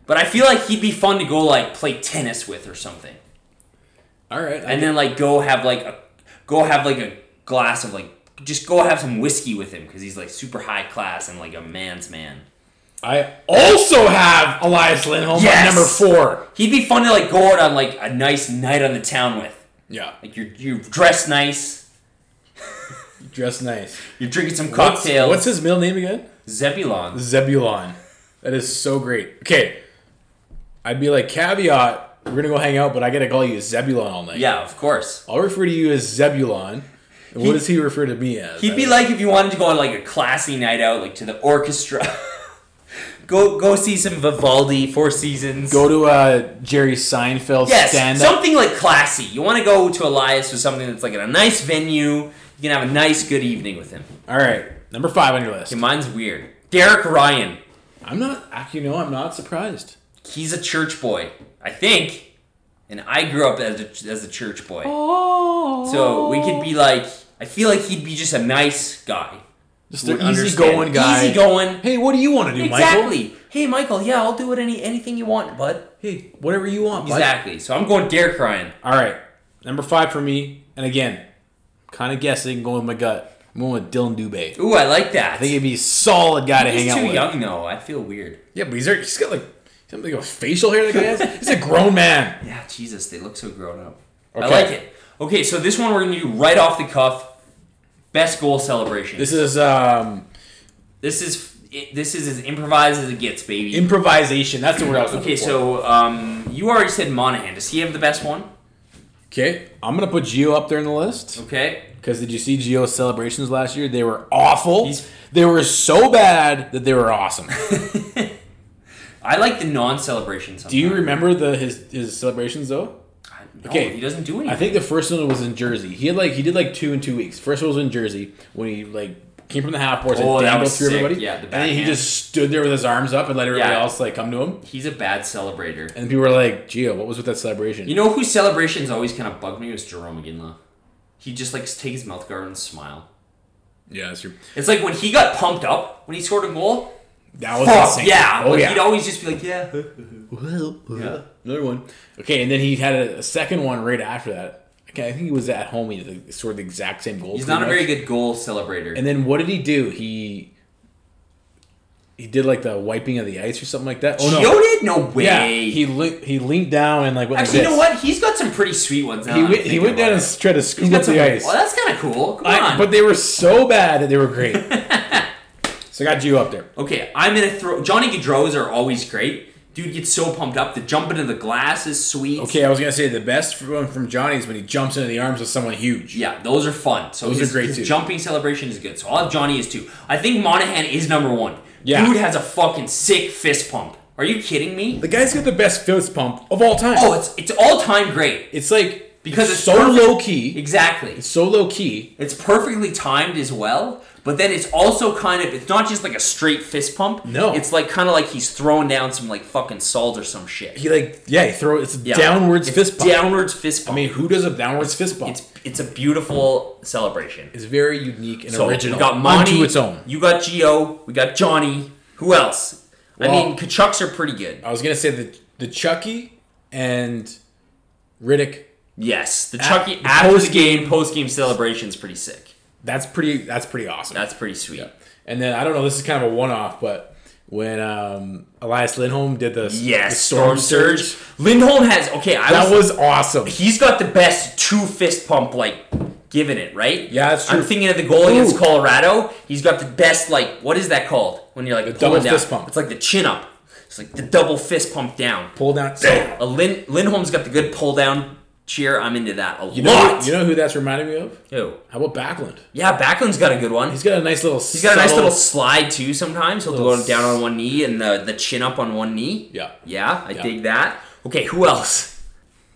[SPEAKER 2] But I feel like he'd be fun to go like play tennis with or something,
[SPEAKER 1] All right. I
[SPEAKER 2] and then like go have like a go have like a glass of like just go have some whiskey with him because he's like super high class and like a man's man.
[SPEAKER 1] I also have Elias Lindholm at
[SPEAKER 2] Yes!
[SPEAKER 1] number four.
[SPEAKER 2] He'd be fun to like go out on like a nice night on the town with.
[SPEAKER 1] Yeah,
[SPEAKER 2] Like you're you dress nice.
[SPEAKER 1] dressed nice.
[SPEAKER 2] You're drinking some
[SPEAKER 1] What's-
[SPEAKER 2] cocktails.
[SPEAKER 1] What's, his middle name again?
[SPEAKER 2] Zebulon?
[SPEAKER 1] Zebulon. That is so great. Okay, I'd be like caveat. We're gonna go hang out, but I gotta call you Zebulon all night.
[SPEAKER 2] Yeah, of course.
[SPEAKER 1] I'll refer to you as Zebulon. And what does he refer to me as? Uh,
[SPEAKER 2] He'd be like if you wanted to go on like a classy night out, like to the orchestra. go go see some Vivaldi, Four Seasons.
[SPEAKER 1] go to uh, Jerry Seinfeld
[SPEAKER 2] yes,
[SPEAKER 1] stand up.
[SPEAKER 2] something like classy. You want to go to Elias or something that's like at a nice venue. You can have a nice, good evening with him.
[SPEAKER 1] All right, number five on your list.
[SPEAKER 2] Okay, mine's weird. Derek Ryan.
[SPEAKER 1] I'm not. ac- You know, I'm not surprised.
[SPEAKER 2] He's a church boy, I think, and I grew up as a, as a church boy.
[SPEAKER 1] Oh.
[SPEAKER 2] So we could be like, I feel like he'd be just a nice guy.
[SPEAKER 1] just an
[SPEAKER 2] Understand.
[SPEAKER 1] easygoing guy.
[SPEAKER 2] Easygoing.
[SPEAKER 1] Hey, what do you want to do, Michael?
[SPEAKER 2] Exactly. Hey, Michael. Yeah, I'll do it any anything you want, bud.
[SPEAKER 1] Hey, whatever you want, bud.
[SPEAKER 2] Exactly. So I'm going Derek Ryan.
[SPEAKER 1] All right, number five for me, and again, kind of guessing, going with my gut. I'm going with Dylan Dubé. I
[SPEAKER 2] Ooh, I like that.
[SPEAKER 1] think he'd be a solid guy to
[SPEAKER 2] he's
[SPEAKER 1] hang out
[SPEAKER 2] too
[SPEAKER 1] with.
[SPEAKER 2] young though. I feel weird.
[SPEAKER 1] Yeah, but he's, already- he's got like something like a facial hair that guy has. He's a grown man.
[SPEAKER 2] Yeah, Jesus, they look so grown up. I
[SPEAKER 1] Okay.
[SPEAKER 2] like it. Okay, so this one we're gonna do right off the cuff. Best goal celebration.
[SPEAKER 1] This is um
[SPEAKER 2] this is it, this is as improvised as it gets, baby.
[SPEAKER 1] improvisation. That's the word I was looking
[SPEAKER 2] okay,
[SPEAKER 1] for.
[SPEAKER 2] so um, you already said Monahan. Does he have the best one?
[SPEAKER 1] okay, I'm gonna put Gio up there in the list
[SPEAKER 2] Okay.
[SPEAKER 1] because did you see Gio's celebrations last year? They were awful.
[SPEAKER 2] He's-
[SPEAKER 1] they were so bad that they were awesome.
[SPEAKER 2] I like the non-celebration.
[SPEAKER 1] do you remember the his his celebrations though?
[SPEAKER 2] okay,
[SPEAKER 1] Okay.
[SPEAKER 2] he doesn't do anything.
[SPEAKER 1] I think the first one was in Jersey. He had like he did like two in two weeks. First one was in Jersey when he like came from the half boards
[SPEAKER 2] Oh,
[SPEAKER 1] and
[SPEAKER 2] that
[SPEAKER 1] dangled
[SPEAKER 2] was
[SPEAKER 1] through
[SPEAKER 2] sick.
[SPEAKER 1] everybody.
[SPEAKER 2] Yeah, the
[SPEAKER 1] and then he
[SPEAKER 2] backhand.
[SPEAKER 1] just stood there with his arms up and let everybody
[SPEAKER 2] Yeah.
[SPEAKER 1] else like come to him.
[SPEAKER 2] he's a bad celebrator.
[SPEAKER 1] And people were like, "Geo, what was with that celebration?"
[SPEAKER 2] You know whose celebrations always kind of bug me was Jerome McGinley. He just like take his mouth guard and smile.
[SPEAKER 1] yeah, that's true.
[SPEAKER 2] It's like when he got pumped up when he scored a goal.
[SPEAKER 1] That was
[SPEAKER 2] Fuck
[SPEAKER 1] insane.
[SPEAKER 2] yeah!
[SPEAKER 1] Oh
[SPEAKER 2] like,
[SPEAKER 1] yeah.
[SPEAKER 2] He'd always just be like, yeah.
[SPEAKER 1] Well, well,
[SPEAKER 2] Yeah.
[SPEAKER 1] Another one. Okay, and then he had a, a second one right after that. Okay, I think he was at home. He like, scored the exact same goal.
[SPEAKER 2] He's
[SPEAKER 1] pretty
[SPEAKER 2] not a
[SPEAKER 1] much.
[SPEAKER 2] very good goal celebrator.
[SPEAKER 1] And then what did he do? He he did like the wiping of the ice or something like that. Oh no.
[SPEAKER 2] Gio did? No way.
[SPEAKER 1] Yeah, he le- he leaned down and like went
[SPEAKER 2] Actually,
[SPEAKER 1] like
[SPEAKER 2] you know
[SPEAKER 1] this.
[SPEAKER 2] what? He's got some pretty sweet ones. Now
[SPEAKER 1] He
[SPEAKER 2] that I'm
[SPEAKER 1] went, he
[SPEAKER 2] thinking
[SPEAKER 1] went
[SPEAKER 2] about
[SPEAKER 1] down
[SPEAKER 2] it.
[SPEAKER 1] and s- tried to scoop
[SPEAKER 2] He's got
[SPEAKER 1] up
[SPEAKER 2] some.
[SPEAKER 1] the ice.
[SPEAKER 2] Well, that's kind of cool. Come
[SPEAKER 1] I-
[SPEAKER 2] on.
[SPEAKER 1] but they were so bad that they were great. so I got you up there.
[SPEAKER 2] okay, I'm gonna throw. Johnny Gaudreau's are always great. Dude gets so pumped up. The jump into the glass is sweet.
[SPEAKER 1] Okay, I was gonna say the best one from Johnny is when he jumps into the arms of someone huge.
[SPEAKER 2] Yeah, those are fun. So
[SPEAKER 1] Those
[SPEAKER 2] his,
[SPEAKER 1] are great
[SPEAKER 2] his
[SPEAKER 1] too.
[SPEAKER 2] jumping celebration is good. So I'll have Johnny is two. I think Monahan is number one.
[SPEAKER 1] Yeah.
[SPEAKER 2] Dude has a fucking sick fist pump. Are you kidding me?
[SPEAKER 1] The guy's got the best fist pump of all time.
[SPEAKER 2] Oh, it's it's all time great.
[SPEAKER 1] It's like
[SPEAKER 2] Because
[SPEAKER 1] it's
[SPEAKER 2] it's
[SPEAKER 1] so
[SPEAKER 2] perfect.
[SPEAKER 1] low key.
[SPEAKER 2] Exactly.
[SPEAKER 1] It's so low key.
[SPEAKER 2] It's perfectly timed as well. But then it's also kind of it's not just like a straight fist pump.
[SPEAKER 1] No.
[SPEAKER 2] It's like kind of like he's throwing down some like fucking salt or some shit.
[SPEAKER 1] He like yeah, he throw it's a
[SPEAKER 2] Yeah.
[SPEAKER 1] downwards
[SPEAKER 2] It's
[SPEAKER 1] fist pump.
[SPEAKER 2] Downwards fist
[SPEAKER 1] I
[SPEAKER 2] pump.
[SPEAKER 1] mean, who does a downwards fist pump? It's,
[SPEAKER 2] it's it's a beautiful celebration.
[SPEAKER 1] very unique and
[SPEAKER 2] So
[SPEAKER 1] original.
[SPEAKER 2] We got Monty.
[SPEAKER 1] Onto its own.
[SPEAKER 2] You got Geo. We got Johnny. Who else? I
[SPEAKER 1] Well-
[SPEAKER 2] mean, Kachucks are pretty good.
[SPEAKER 1] I was gonna say the the Chucky and Riddick.
[SPEAKER 2] Yes, the Chucky
[SPEAKER 1] the
[SPEAKER 2] after the game post game celebration is pretty sick.
[SPEAKER 1] That's pretty. That's pretty awesome.
[SPEAKER 2] That's pretty sweet.
[SPEAKER 1] and then I don't know. This is kind of a one off, but when um, Elias Lindholm did the
[SPEAKER 2] Yes,
[SPEAKER 1] the
[SPEAKER 2] storm, surge. Lindholm has okay. I
[SPEAKER 1] that
[SPEAKER 2] was,
[SPEAKER 1] was awesome.
[SPEAKER 2] he's got the best two fist pump like given it right.
[SPEAKER 1] Yeah, that's
[SPEAKER 2] I'm
[SPEAKER 1] true.
[SPEAKER 2] thinking of the goal against
[SPEAKER 1] Ooh.
[SPEAKER 2] Colorado. He's got the best like what is that called when you're like pulling
[SPEAKER 1] double
[SPEAKER 2] down?
[SPEAKER 1] fist pump.
[SPEAKER 2] It's like the chin up. It's like the double fist pump down.
[SPEAKER 1] Pull down.
[SPEAKER 2] So a Lin- Lindholm's got the good pull down cheer. I'm into that a
[SPEAKER 1] You know,
[SPEAKER 2] lot.
[SPEAKER 1] you know who that's reminding me of?
[SPEAKER 2] Ew.
[SPEAKER 1] How about Backlund?
[SPEAKER 2] Yeah, Backlund's got a good one.
[SPEAKER 1] He's got a nice little.
[SPEAKER 2] He's got a nice little slide too. Sometimes he'll
[SPEAKER 1] Little
[SPEAKER 2] go down on one knee and the, the chin up on one knee.
[SPEAKER 1] Yeah.
[SPEAKER 2] Yeah, I
[SPEAKER 1] Yeah.
[SPEAKER 2] dig that. Okay, who else?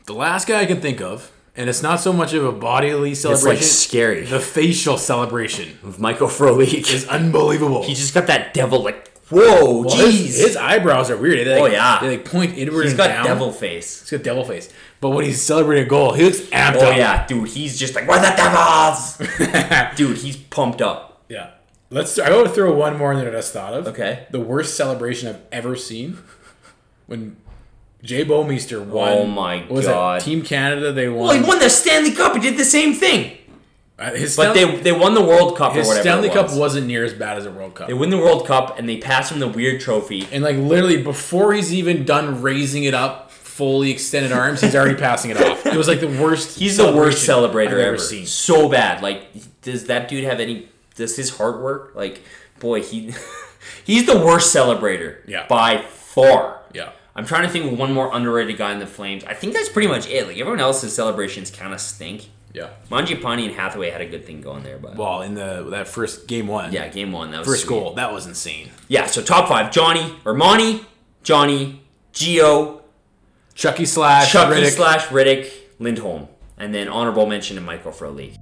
[SPEAKER 1] the last guy I can think of, and it's not so much of a bodily
[SPEAKER 4] It's
[SPEAKER 1] celebration.
[SPEAKER 4] like scary.
[SPEAKER 1] the facial celebration
[SPEAKER 4] With Michael Frolik.
[SPEAKER 1] is unbelievable.
[SPEAKER 4] He just got that devil like, whoa,
[SPEAKER 1] Well, his-
[SPEAKER 4] jeez.
[SPEAKER 1] his, eyebrows are weird. They,
[SPEAKER 2] Oh,
[SPEAKER 1] like-
[SPEAKER 2] yeah.
[SPEAKER 1] they like point inward
[SPEAKER 2] He's
[SPEAKER 1] and
[SPEAKER 2] got
[SPEAKER 1] down.
[SPEAKER 2] devil face.
[SPEAKER 1] He's got devil face. But when he's celebrating a goal, he looks amped
[SPEAKER 2] Oh
[SPEAKER 1] up.
[SPEAKER 2] yeah, dude, he's just like we're the devils. dude, he's pumped up.
[SPEAKER 1] Yeah. Let's. I want to throw one more in there that I just thought of.
[SPEAKER 2] Okay.
[SPEAKER 1] The worst celebration I've ever seen when Jay Bomeister won.
[SPEAKER 2] Oh my
[SPEAKER 1] what was
[SPEAKER 2] God.
[SPEAKER 1] That? Team Canada. They won.
[SPEAKER 2] Well, he won the Stanley Cup. He did the same thing,
[SPEAKER 1] Uh, his
[SPEAKER 2] but
[SPEAKER 1] Stanley,
[SPEAKER 2] they they won the World Cup or
[SPEAKER 1] his
[SPEAKER 2] whatever.
[SPEAKER 1] Stanley
[SPEAKER 2] it
[SPEAKER 1] Cup
[SPEAKER 2] was.
[SPEAKER 1] wasn't near as bad as a World Cup.
[SPEAKER 2] They win the World Cup and they pass him the weird trophy.
[SPEAKER 1] and like literally before he's even done raising it up, fully extended arms, he's already passing it off. It was like the worst.
[SPEAKER 2] He's the worst celebrator
[SPEAKER 1] I've
[SPEAKER 2] ever.
[SPEAKER 1] ever seen.
[SPEAKER 2] So bad. Like, does that dude have any? Does his heart work? Like, boy, he he's the worst celebrator.
[SPEAKER 1] Yeah.
[SPEAKER 2] By far.
[SPEAKER 1] Yeah.
[SPEAKER 2] I'm trying to think of one more underrated guy in the Flames. I think that's pretty much it. Like everyone else's celebrations kind of stink.
[SPEAKER 1] Yeah.
[SPEAKER 2] Mangiapane and Hathaway had a good thing going there, but
[SPEAKER 1] Well, in the that first game one.
[SPEAKER 2] yeah, game one that was
[SPEAKER 1] First
[SPEAKER 2] sweet.
[SPEAKER 1] goal. That was insane.
[SPEAKER 2] Yeah, so top five: Johnny Armani, Johnny Geo,
[SPEAKER 1] Chucky slash
[SPEAKER 2] Chucky
[SPEAKER 1] Riddick.
[SPEAKER 2] slash Riddick Lindholm, and then honorable mention to Michael Frolik.